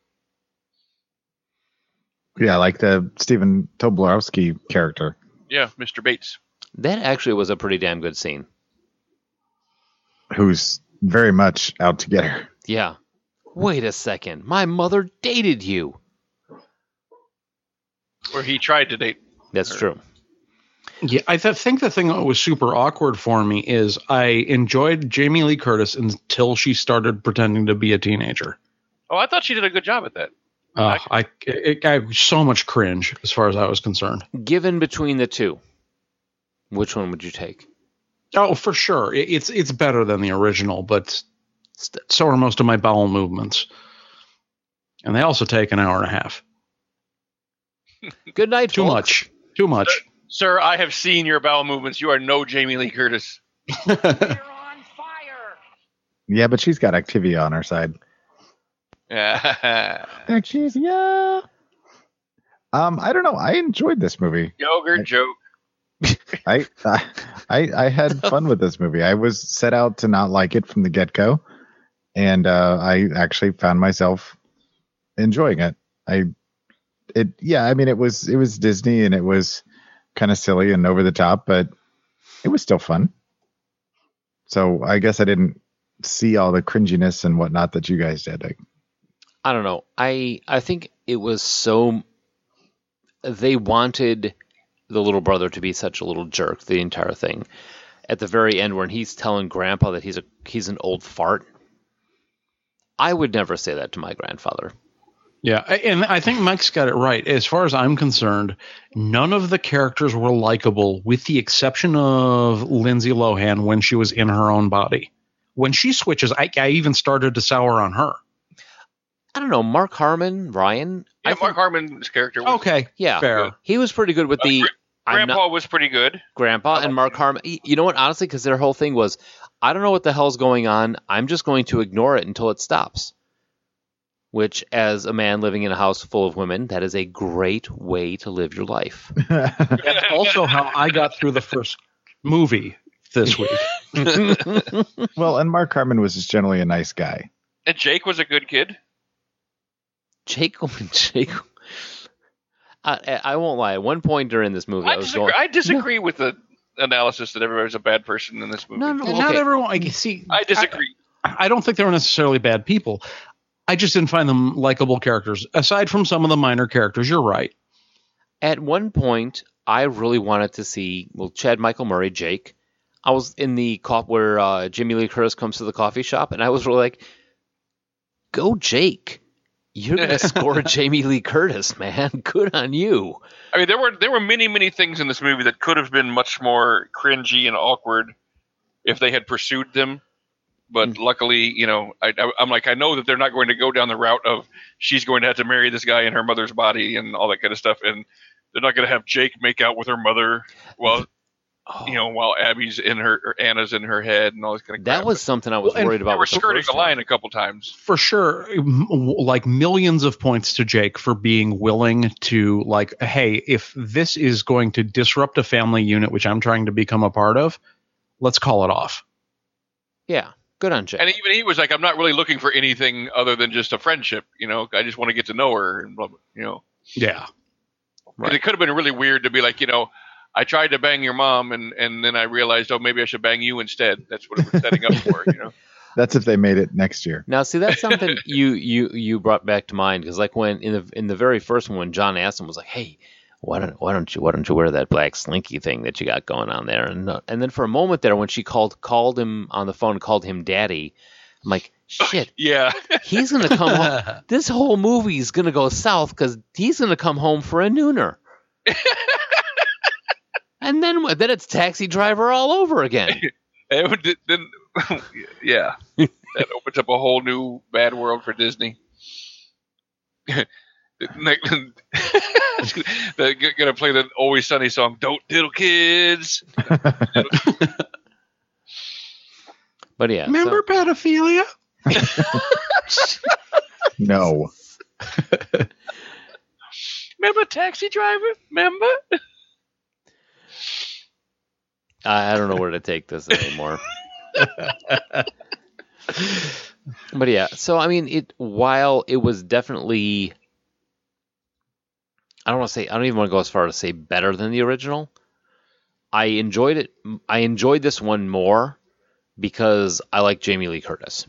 Speaker 5: yeah, like the Stephen Tobolowsky character.
Speaker 4: Yeah, Mr. Bates.
Speaker 3: that actually was a pretty damn good scene.
Speaker 5: who's very much out to get her.
Speaker 3: Yeah. Wait a second. My mother dated you.
Speaker 4: Or he tried to date.
Speaker 3: That's true.
Speaker 6: Yeah, I th- think the thing that was super awkward for me is I enjoyed Jamie Lee Curtis until she started pretending to be a teenager.
Speaker 4: Oh, I thought she did a good job at that.
Speaker 6: Uh, I, it, I so much cringe as far as I was concerned.
Speaker 3: Given between the two, which one would you take?
Speaker 6: Oh, for sure, It- it's it's better than the original, but st- so are most of my bowel movements, and they also take an hour and a half.
Speaker 3: Good night,
Speaker 6: Too
Speaker 3: folks.
Speaker 6: much, too much. <laughs>
Speaker 4: Sir, I have seen your bowel movements. You are no Jamie Lee Curtis.
Speaker 5: Yeah, but she's got Activia on her side.
Speaker 4: <laughs> Yogurt
Speaker 5: Activia. Um, I don't know. I enjoyed this movie.
Speaker 4: joke.
Speaker 5: I, I, I had fun with this movie. I was set out to not like it from the get go, and uh, I actually found myself enjoying it. I, it, yeah. I mean, it was it was Disney, and it was kind of silly and over the top, but it was still fun. So I guess I didn't see all the cringiness and whatnot that you guys did. <laughs> Like,
Speaker 3: I don't know. I I think it was so they wanted the little brother to be such a little jerk the entire thing. At the very end when he's telling grandpa that he's a he's an old fart. I would never say that to my grandfather.
Speaker 6: Yeah, I- and I think Mike's got it right. As far as I'm concerned, none of the characters were likable, with the exception of Lindsay Lohan when she was in her own body. When she switches, I, I even started to sour on her.
Speaker 3: I don't know, Mark Harmon, Ryan.
Speaker 4: Yeah,
Speaker 3: I
Speaker 4: Mark Harmon's character. Was,
Speaker 6: Okay,
Speaker 3: yeah.
Speaker 6: fair.
Speaker 3: He was pretty good with the
Speaker 4: Uh, Gra-
Speaker 3: I'm
Speaker 4: Grandpa
Speaker 3: not,
Speaker 4: was pretty good.
Speaker 3: grandpa and Mark Harmon. Y- You know what? Honestly, because their whole thing was, I don't know what the hell's going on. I'm just going to ignore it until it stops. Which, as a man living in a house full of women, that is a great way to live your
Speaker 4: <laughs>
Speaker 3: life.
Speaker 6: That's also how I got through the first movie this week.
Speaker 5: well, and Mark Carmen was just generally a nice guy.
Speaker 4: And Jake was a good kid.
Speaker 3: Jacob, Jacob. I, I I won't lie. At one point during this movie, I,
Speaker 4: I
Speaker 3: was
Speaker 4: disagree,
Speaker 3: going.
Speaker 4: I disagree with the analysis that everybody's a bad person in this movie.
Speaker 3: no, no,
Speaker 6: <laughs> And Not
Speaker 3: okay.
Speaker 6: everyone. I see.
Speaker 4: I disagree.
Speaker 6: I, I don't think they were necessarily bad people. I just didn't find them likable characters, aside from some of the minor characters. You're right.
Speaker 3: At one point, I really wanted to see well Chad Michael Murray, Jake. I was in the cop where uh, Jimmy Lee Curtis comes to the coffee shop, and I was really like, "Go, Jake!
Speaker 4: <laughs>
Speaker 3: You're gonna score Jamie Lee Curtis, man. Good on you."
Speaker 4: I mean, there were there were many many things in this movie that could have been much more cringy and awkward if they had pursued them. But
Speaker 3: Hmm.
Speaker 4: luckily, you know, I, I, I'm like I know that they're not going to go down the route of she's going to have to marry this guy in her mother's body and all that kind of stuff, and they're not going to have Jake make out with her mother while
Speaker 3: Oh,
Speaker 4: you know while Abby's in her or Anna's in her head and all this kind of crap.
Speaker 3: That was something I was
Speaker 6: Well, and
Speaker 3: worried
Speaker 4: they
Speaker 3: about.
Speaker 4: were
Speaker 3: with the
Speaker 4: skirting
Speaker 3: first
Speaker 4: the
Speaker 3: one.
Speaker 4: line a couple times.
Speaker 6: for sure m- like millions of points to Jake for being willing to like hey if this is going to disrupt a family unit which I'm trying to become a part of let's call it off
Speaker 3: Yeah, good on Jay.
Speaker 4: And even he was like, "I'm not really looking for anything other than just a friendship. You know, I just want to get to know her." And blah, blah, you know,
Speaker 6: <laughs> Yeah.
Speaker 4: 'Cause it could have been really weird to be like, you know, I tried to bang your mom, and and then I realized, oh, maybe I should bang you instead. That's what it was setting up for. You know,
Speaker 5: That's if they made it next year.
Speaker 3: Now, see, that's something you you you brought back to mind because, like, when in the in the very first one, when John asked him was like, "Hey, why don't why don't you why don't you wear that black slinky thing that you got going on there?" And uh, and then for a moment there, when she called called him on the phone, called him daddy, I'm like, "Shit,
Speaker 4: yeah,
Speaker 3: he's gonna come
Speaker 6: <laughs>
Speaker 3: home. This whole movie's gonna go south because he's gonna come home for a nooner." And then, what- then it's taxi driver all over again.
Speaker 4: <laughs> It would- then <laughs> yeah, that opens up a whole new bad world for Disney. <laughs> They're gonna play the Always Sunny song. Don't diddle kids.
Speaker 3: But yeah, so-
Speaker 6: Remember pedophilia?
Speaker 5: No.
Speaker 4: Remember Taxi Driver? Remember?
Speaker 3: I, I don't know where to take this anymore. but yeah, so I mean, it while it was definitely, I don't want to say, I don't even want to go as far as to say better than the original. I enjoyed it. I enjoyed this one more because I like Jamie Lee Curtis.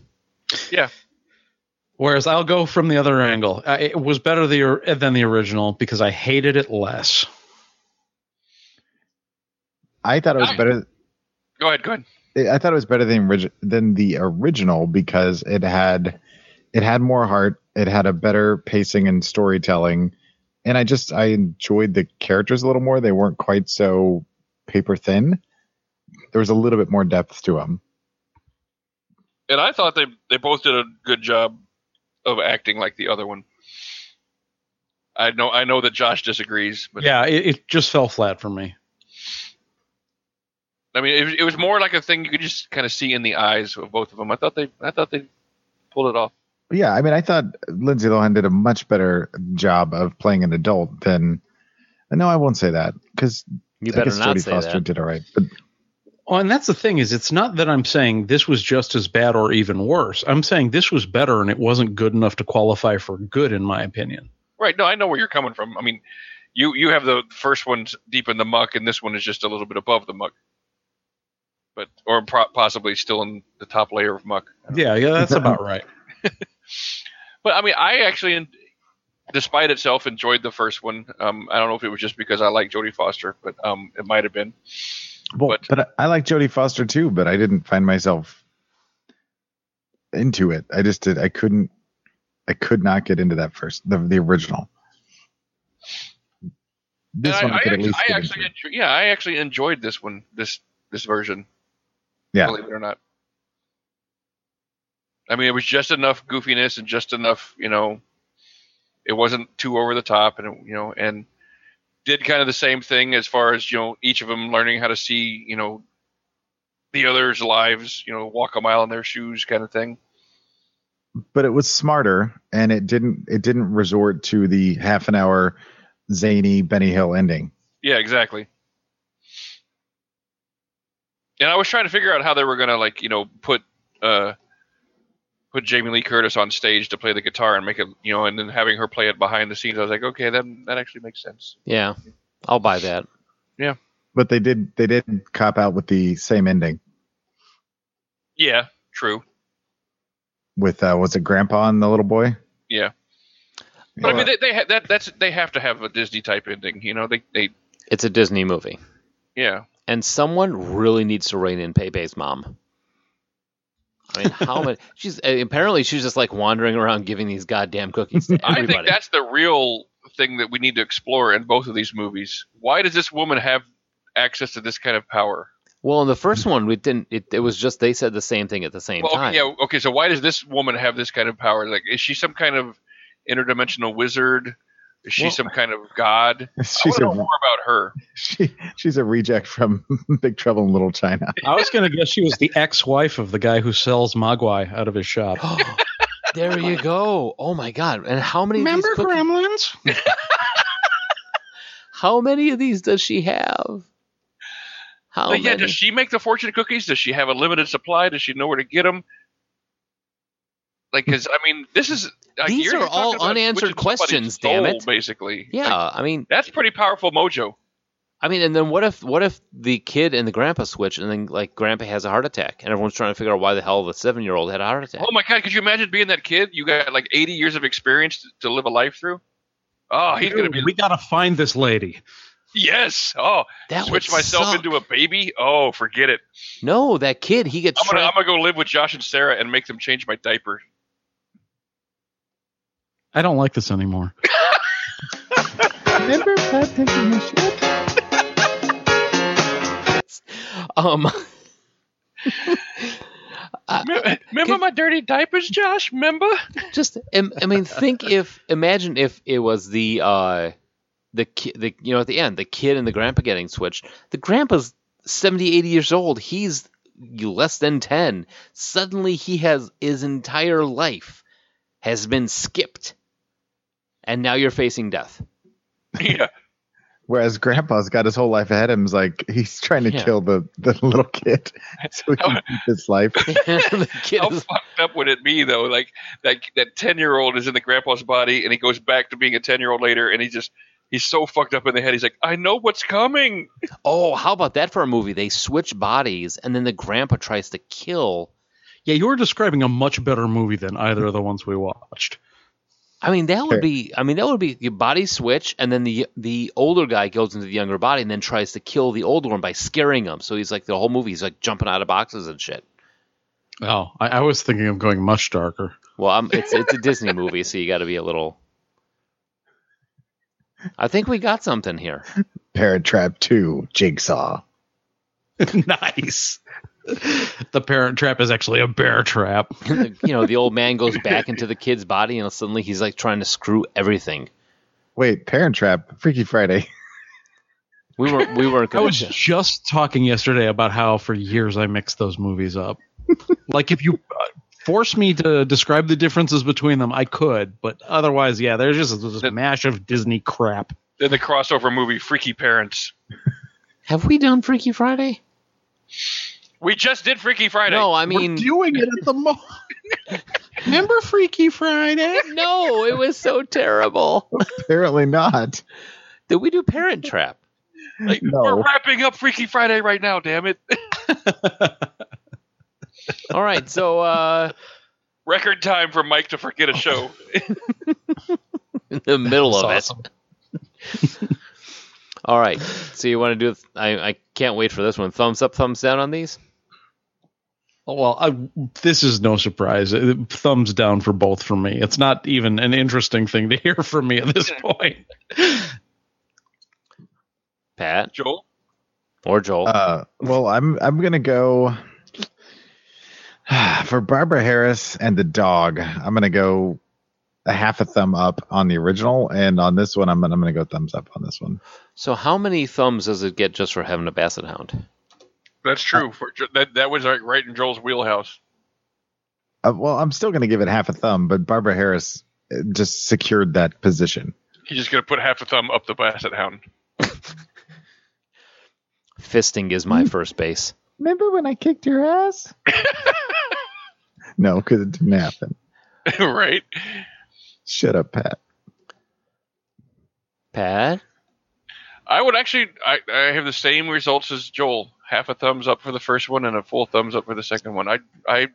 Speaker 4: Yeah.
Speaker 6: Whereas I'll go from the other angle. I, it was better the, or- than the original because I hated it less.
Speaker 5: I thought it was
Speaker 4: I-
Speaker 5: better
Speaker 4: Go ahead. Go ahead.
Speaker 5: I thought it was better than orig- than the original because it had it had more heart, it had a better pacing and storytelling, and I just I enjoyed the characters a little more. They weren't quite so paper thin. There was a little bit more depth to them.
Speaker 4: And I thought they they both did a good job of acting like the other one. I know I know that Josh disagrees, but
Speaker 6: Yeah, it, it just fell flat for me.
Speaker 4: I mean, it, was- it was more like a thing you could just kind of see in the eyes of both of them. I thought they I thought they pulled it off.
Speaker 5: But yeah, I mean, I thought Lindsay Lohan did a much better job of playing an adult than. No, I won't say that because
Speaker 3: You
Speaker 5: I
Speaker 3: better
Speaker 5: guess
Speaker 3: not
Speaker 5: Jodie
Speaker 3: say
Speaker 5: Foster
Speaker 3: that.
Speaker 5: did all right. But
Speaker 6: Oh, and that's the thing is, it's not that I'm saying this was just as bad or even worse. I'm saying this was better and it wasn't good enough to qualify for good, in my opinion.
Speaker 4: Right? No, I know where you're coming from. I mean, you you have the first one's deep in the muck, and this one is just a little bit above the muck, but or pro- possibly still in the top layer of muck.
Speaker 6: Yeah, yeah, that's about right.
Speaker 4: But I mean, I actually, despite itself, enjoyed the first one. Um, I don't know if it was just because I like Jodie Foster, but um, it might have been.
Speaker 5: Well,
Speaker 4: But-
Speaker 5: but, I I like Jodie Foster too, but I didn't find myself into it. I just did. I couldn't. I could not get into that first the, the original. This
Speaker 4: And
Speaker 5: one I, could at
Speaker 4: actually-
Speaker 5: least
Speaker 4: I
Speaker 5: get
Speaker 4: actually,
Speaker 5: into.
Speaker 4: enjo- yeah, I actually enjoyed this one, this this version.
Speaker 5: Yeah,
Speaker 4: Believe it or not. I mean, it was just enough goofiness and just enough, you know. It wasn't too over the top, and it, you know, and did kind of the same thing as far as you know, each of them learning how to see, you know, the others' lives, you know, walk a mile in their shoes, kind of thing.
Speaker 5: but it was smarter, and it didn't. It didn't resort to the half an hour zany Benny Hill ending.
Speaker 4: Yeah, exactly. And I was trying to figure out how they were gonna like, you know, put uh put Jamie Lee Curtis on stage to play the guitar and make it you know, and then having her play it behind the scenes, I was like, okay, that that actually makes sense.
Speaker 3: Yeah, I'll buy that.
Speaker 5: But they did. They did cop out with the same ending
Speaker 4: Yeah, true.
Speaker 5: with uh, was it Grandpa and the little boy?
Speaker 4: Yeah. But I
Speaker 5: Yeah.
Speaker 4: mean they, they ha- that that's they have to have a Disney type ending, you know. They they
Speaker 3: It's a Disney movie,
Speaker 4: yeah.
Speaker 3: and someone really needs to rein in Pepe's mom. I mean,
Speaker 4: <laughs>
Speaker 3: how many? She's eh, apparently she's just like wandering around giving these goddamn cookies to
Speaker 4: I think
Speaker 3: everybody.
Speaker 4: that's the real thing that we need to explore in both of these movies. Why does this woman have access to this kind of power?
Speaker 3: well, in the first one, we didn't. It, it was just they said the same thing at the same
Speaker 4: Well, okay,
Speaker 3: time.
Speaker 4: yeah, okay. So why does this woman have this kind of power? Like, is she some kind of interdimensional wizard? Is she
Speaker 3: Well-
Speaker 4: some kind of god? I
Speaker 5: <laughs> She's
Speaker 4: want to know more
Speaker 5: a
Speaker 4: about her.
Speaker 5: <laughs> she, she's a reject from <laughs> Big Trouble in Little China.
Speaker 6: I was going to guess she was the ex-wife of the guy who sells Mogwai out of his shop.
Speaker 3: Oh, there you go. Oh my god! And how many?
Speaker 6: Remember
Speaker 3: of these cookies,
Speaker 6: Gremlins?
Speaker 3: how many of these does she have? How
Speaker 4: But yeah,
Speaker 3: many?
Speaker 4: does she make the fortune cookies? Does she have a limited supply? Does she know where to get them? Like, because I mean, this is like,
Speaker 3: These
Speaker 4: you're
Speaker 3: are
Speaker 4: talking
Speaker 3: all
Speaker 4: about
Speaker 3: unanswered
Speaker 4: switching somebody's
Speaker 3: questions, damn
Speaker 4: soul,
Speaker 3: it.
Speaker 4: Basically,
Speaker 3: yeah,
Speaker 4: Like,
Speaker 3: I mean,
Speaker 4: that's pretty powerful mojo.
Speaker 3: I mean, and then what if what if the kid and the grandpa switch, and then like grandpa has a heart attack, and everyone's trying to figure out why the hell the seven year old had a heart attack?
Speaker 4: Oh my god, could you imagine being that kid? You got like 80 years of experience to, to live a life through. Oh, he's gonna be
Speaker 6: we gotta find this lady.
Speaker 4: yes. Oh,
Speaker 3: that
Speaker 4: switch
Speaker 3: would
Speaker 4: myself
Speaker 3: suck.
Speaker 4: into a baby. Oh, forget it.
Speaker 3: no. That kid, he gets
Speaker 4: I'm gonna I'm
Speaker 3: trapped.
Speaker 4: gonna go live with Josh and Sarah and make them change my diaper.
Speaker 6: I don't like this anymore.
Speaker 5: Remember Pat taking a shit?
Speaker 3: Um, <laughs>
Speaker 4: Remember my dirty diapers, Josh? Remember?
Speaker 3: just im- I mean, think if imagine if it was the uh the ki- the you know at the end the kid and the grandpa getting switched. The grandpa's 70, 80 years old. He's less than ten. Suddenly, he has his entire life has been skipped, and now you're facing death.
Speaker 4: <laughs>
Speaker 3: <laughs>
Speaker 4: yeah.
Speaker 5: Whereas Grandpa's got his whole life ahead of him. He's like he's trying to
Speaker 3: Yeah.
Speaker 5: kill the, the little kid <laughs> so he can keep his life.
Speaker 3: the kid <laughs>
Speaker 4: How
Speaker 3: is-
Speaker 4: fucked up would it be though? Like that that ten year old is in the grandpa's body and he goes back to being a ten year old later and he just he's so fucked up in the head. He's like, I know what's coming.
Speaker 3: oh, how about that for a movie? They switch bodies, and then the grandpa tries to kill.
Speaker 6: Yeah, you were describing a much better movie than either of the ones we watched.
Speaker 3: I mean, that
Speaker 5: Sure.
Speaker 3: would be. I mean, that would be the body switch, and then the the older guy goes into the younger body and then tries to kill the older one by scaring him. So he's like the whole movie. He's like jumping out of boxes and shit.
Speaker 6: Oh, I, I was thinking of going much darker.
Speaker 3: Well, I'm, it's it's a Disney movie, so you got to be a little. I think we got something here. <laughs>
Speaker 5: Parrot Trap Two Jigsaw.
Speaker 6: <laughs> nice. the parent trap is actually a bear trap.
Speaker 3: you know, the old man goes back into the kid's body, and suddenly he's like trying to screw everything.
Speaker 5: Wait, Parent Trap, Freaky Friday. <laughs>
Speaker 3: We were we weren't
Speaker 6: I
Speaker 3: going.
Speaker 6: was
Speaker 3: to
Speaker 6: just talking yesterday about how for years I mixed those movies <laughs> up. like if you uh, force me to describe the differences between them, I could, but otherwise, yeah, there's just this mash of Disney crap.
Speaker 4: Then the crossover movie Freaky Parents.
Speaker 3: Have we done Freaky Friday?
Speaker 4: We just did Freaky Friday.
Speaker 3: No, I mean,
Speaker 6: We're doing it at the <laughs> moment. Remember Freaky Friday?
Speaker 3: no, it was so terrible.
Speaker 5: Apparently not.
Speaker 3: Did we do Parent Trap?
Speaker 4: Like,
Speaker 5: No.
Speaker 4: We're wrapping up Freaky Friday right now, damn it. <laughs>
Speaker 3: All right, so uh,
Speaker 4: Record time for Mike to forget a show. <laughs>
Speaker 3: in <laughs> the middle of
Speaker 6: That's awesome.
Speaker 3: it. <laughs> All right, so you want to do? I I can't wait for this one. Thumbs up, thumbs down on these.
Speaker 6: Oh, Well, I, this is no surprise. Uh, Thumbs down for both for me. It's not even an interesting thing to hear from me at this point.
Speaker 3: Pat
Speaker 4: Joel?
Speaker 3: or Joel?
Speaker 5: Uh, well, I'm I'm gonna go <sighs> for Barbara Harris and the dog. I'm gonna go a half a thumb up on the original, and on this one, I'm gonna, I'm gonna go thumbs up on this one.
Speaker 3: so how many thumbs does it get just for having a basset hound?
Speaker 4: That's true. For, that, that was like right in Joel's wheelhouse.
Speaker 5: Uh, well, I'm still gonna give it half a thumb, but Barbara Harris uh, just secured that position.
Speaker 4: He's just going to put half a thumb up the Basset Hound. <laughs>
Speaker 3: Fisting is my first base.
Speaker 5: Remember when I kicked your ass? <laughs> no, because it didn't happen.
Speaker 4: right?
Speaker 5: Shut up, Pat. <laughs>
Speaker 3: Pat,
Speaker 4: I would actually, I, I have the same results as Joel. Half a thumbs up for the first one and a full thumbs up for the second one. I, I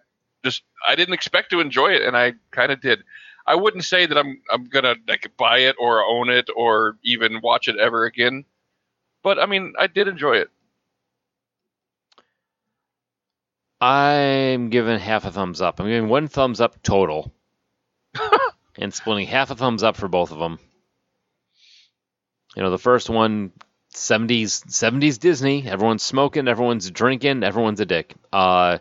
Speaker 4: just, I didn't expect to enjoy it, and I kind of did. I wouldn't say that I'm, I'm gonna like buy it or own it or even watch it ever again, but I mean, I did enjoy it.
Speaker 3: I'm giving half a thumbs up. I'm giving one thumbs up total, and splitting half a thumbs up for both of them. You know, the first one, 70s, 70s Disney. Everyone's smoking, everyone's drinking, everyone's a dick. Uh,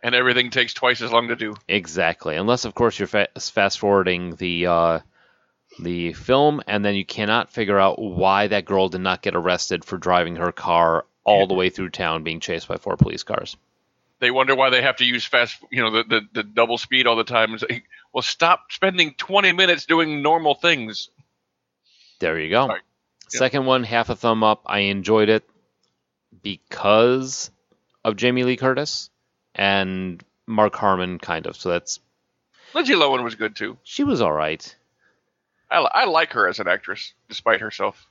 Speaker 4: and everything takes twice as long to do.
Speaker 3: exactly. Unless, of course, you're fa- fast forwarding the uh, the film, and then you cannot figure out why that girl did not get arrested for driving her car all the way through town, being chased by four police cars.
Speaker 4: They wonder why they have to use fast, you know, the, the, the double speed all the time. It's like, well, stop spending 20 minutes doing normal things.
Speaker 3: There you go.
Speaker 4: Right. Yeah.
Speaker 3: Second one, half a thumb up. I enjoyed it. because of Jamie Lee Curtis and Mark Harmon, kind of. So that's
Speaker 4: Lindsay Lohan was good too.
Speaker 3: she was all right.
Speaker 4: I, li- I like her as an actress, despite herself.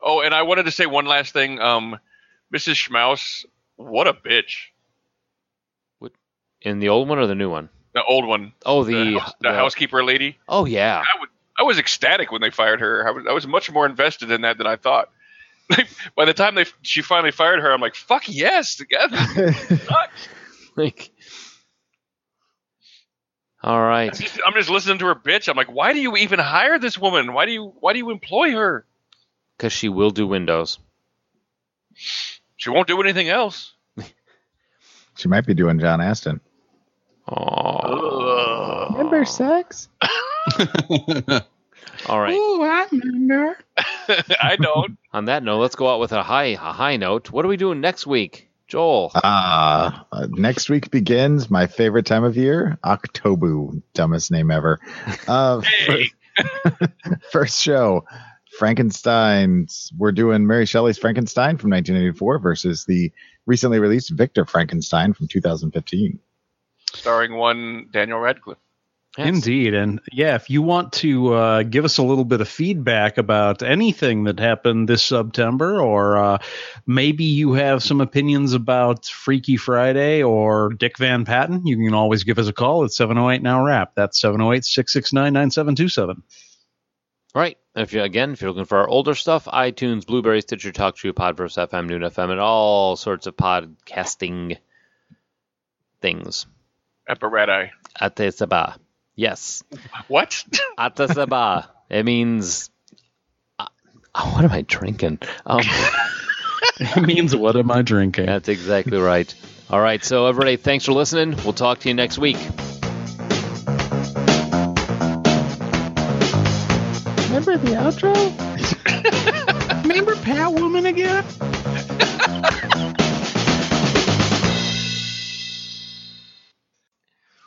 Speaker 4: Oh, and I wanted to say one last thing. Um, Mrs. Schmaus, what a bitch.
Speaker 3: In the old one or the new one?
Speaker 4: The old one,
Speaker 3: Oh,
Speaker 4: the,
Speaker 3: the,
Speaker 4: house- the housekeeper lady.
Speaker 3: Oh yeah,
Speaker 4: I was, I was ecstatic when they fired her. I was, I was much more invested in that than I thought. <laughs> By the time they she finally fired her, I'm like, fuck yes, together.
Speaker 3: <laughs> like. All right.
Speaker 4: I'm just, <laughs> I'm just listening to her bitch. I'm like, why do you even hire this woman? Why do you why do you employ her?
Speaker 3: because she will do Windows.
Speaker 4: She won't do anything else.
Speaker 5: She might be doing John Aston.
Speaker 3: Oh,
Speaker 4: <laughs>
Speaker 5: Remember sex?
Speaker 3: all right.
Speaker 4: I don't.
Speaker 3: On that note, let's go out with a high a high note. What are we doing next week, Joel?
Speaker 5: Ah, uh, next week begins my favorite time of year, October. Dumbest name ever. Uh,
Speaker 4: Hey.
Speaker 5: first, <laughs> first show, Frankenstein's. We're doing Mary Shelley's Frankenstein from 1984 versus the recently released Victor Frankenstein from 2015.
Speaker 4: Starring one Daniel Radcliffe.
Speaker 3: Yes.
Speaker 6: Indeed. And yeah, if you want to uh, give us a little bit of feedback about anything that happened this September, or uh, maybe you have some opinions about Freaky Friday or Dick Van Patten, you can always give us a call at 708 Now Rap. That's 708 669 9727.
Speaker 3: All right. And If you again, if you're looking for our older stuff, iTunes, Blueberry, Stitcher, TalkTrue, Podverse FM, Noon FM, and all sorts of podcasting things.
Speaker 4: Apparati.
Speaker 3: Atesaba. Yes,
Speaker 4: What? <laughs>
Speaker 3: Atesaba. it means. uh, what am I drinking? Um,
Speaker 6: <laughs> it means, what am I drinking?
Speaker 3: that's exactly right. All right. So everybody, thanks for listening. We'll talk to you next week.
Speaker 5: Remember the outro?
Speaker 6: Remember Pat Woman again?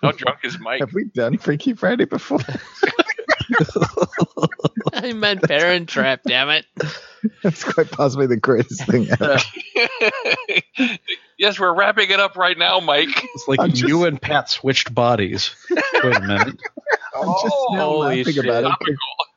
Speaker 4: How drunk is Mike?
Speaker 5: Have we done Freaky Friday before?
Speaker 3: <laughs>
Speaker 5: <laughs>
Speaker 3: I meant Parent Trap. Damn it.
Speaker 5: That's quite possibly the greatest thing ever.
Speaker 4: <laughs> yes, we're wrapping it up right now, Mike.
Speaker 6: It's like
Speaker 5: I'm just-
Speaker 6: you and <laughs> Pat switched bodies. Wait a minute.
Speaker 5: I'm just now
Speaker 3: Holy
Speaker 5: laughing
Speaker 3: shit.
Speaker 5: about it.
Speaker 4: Topical.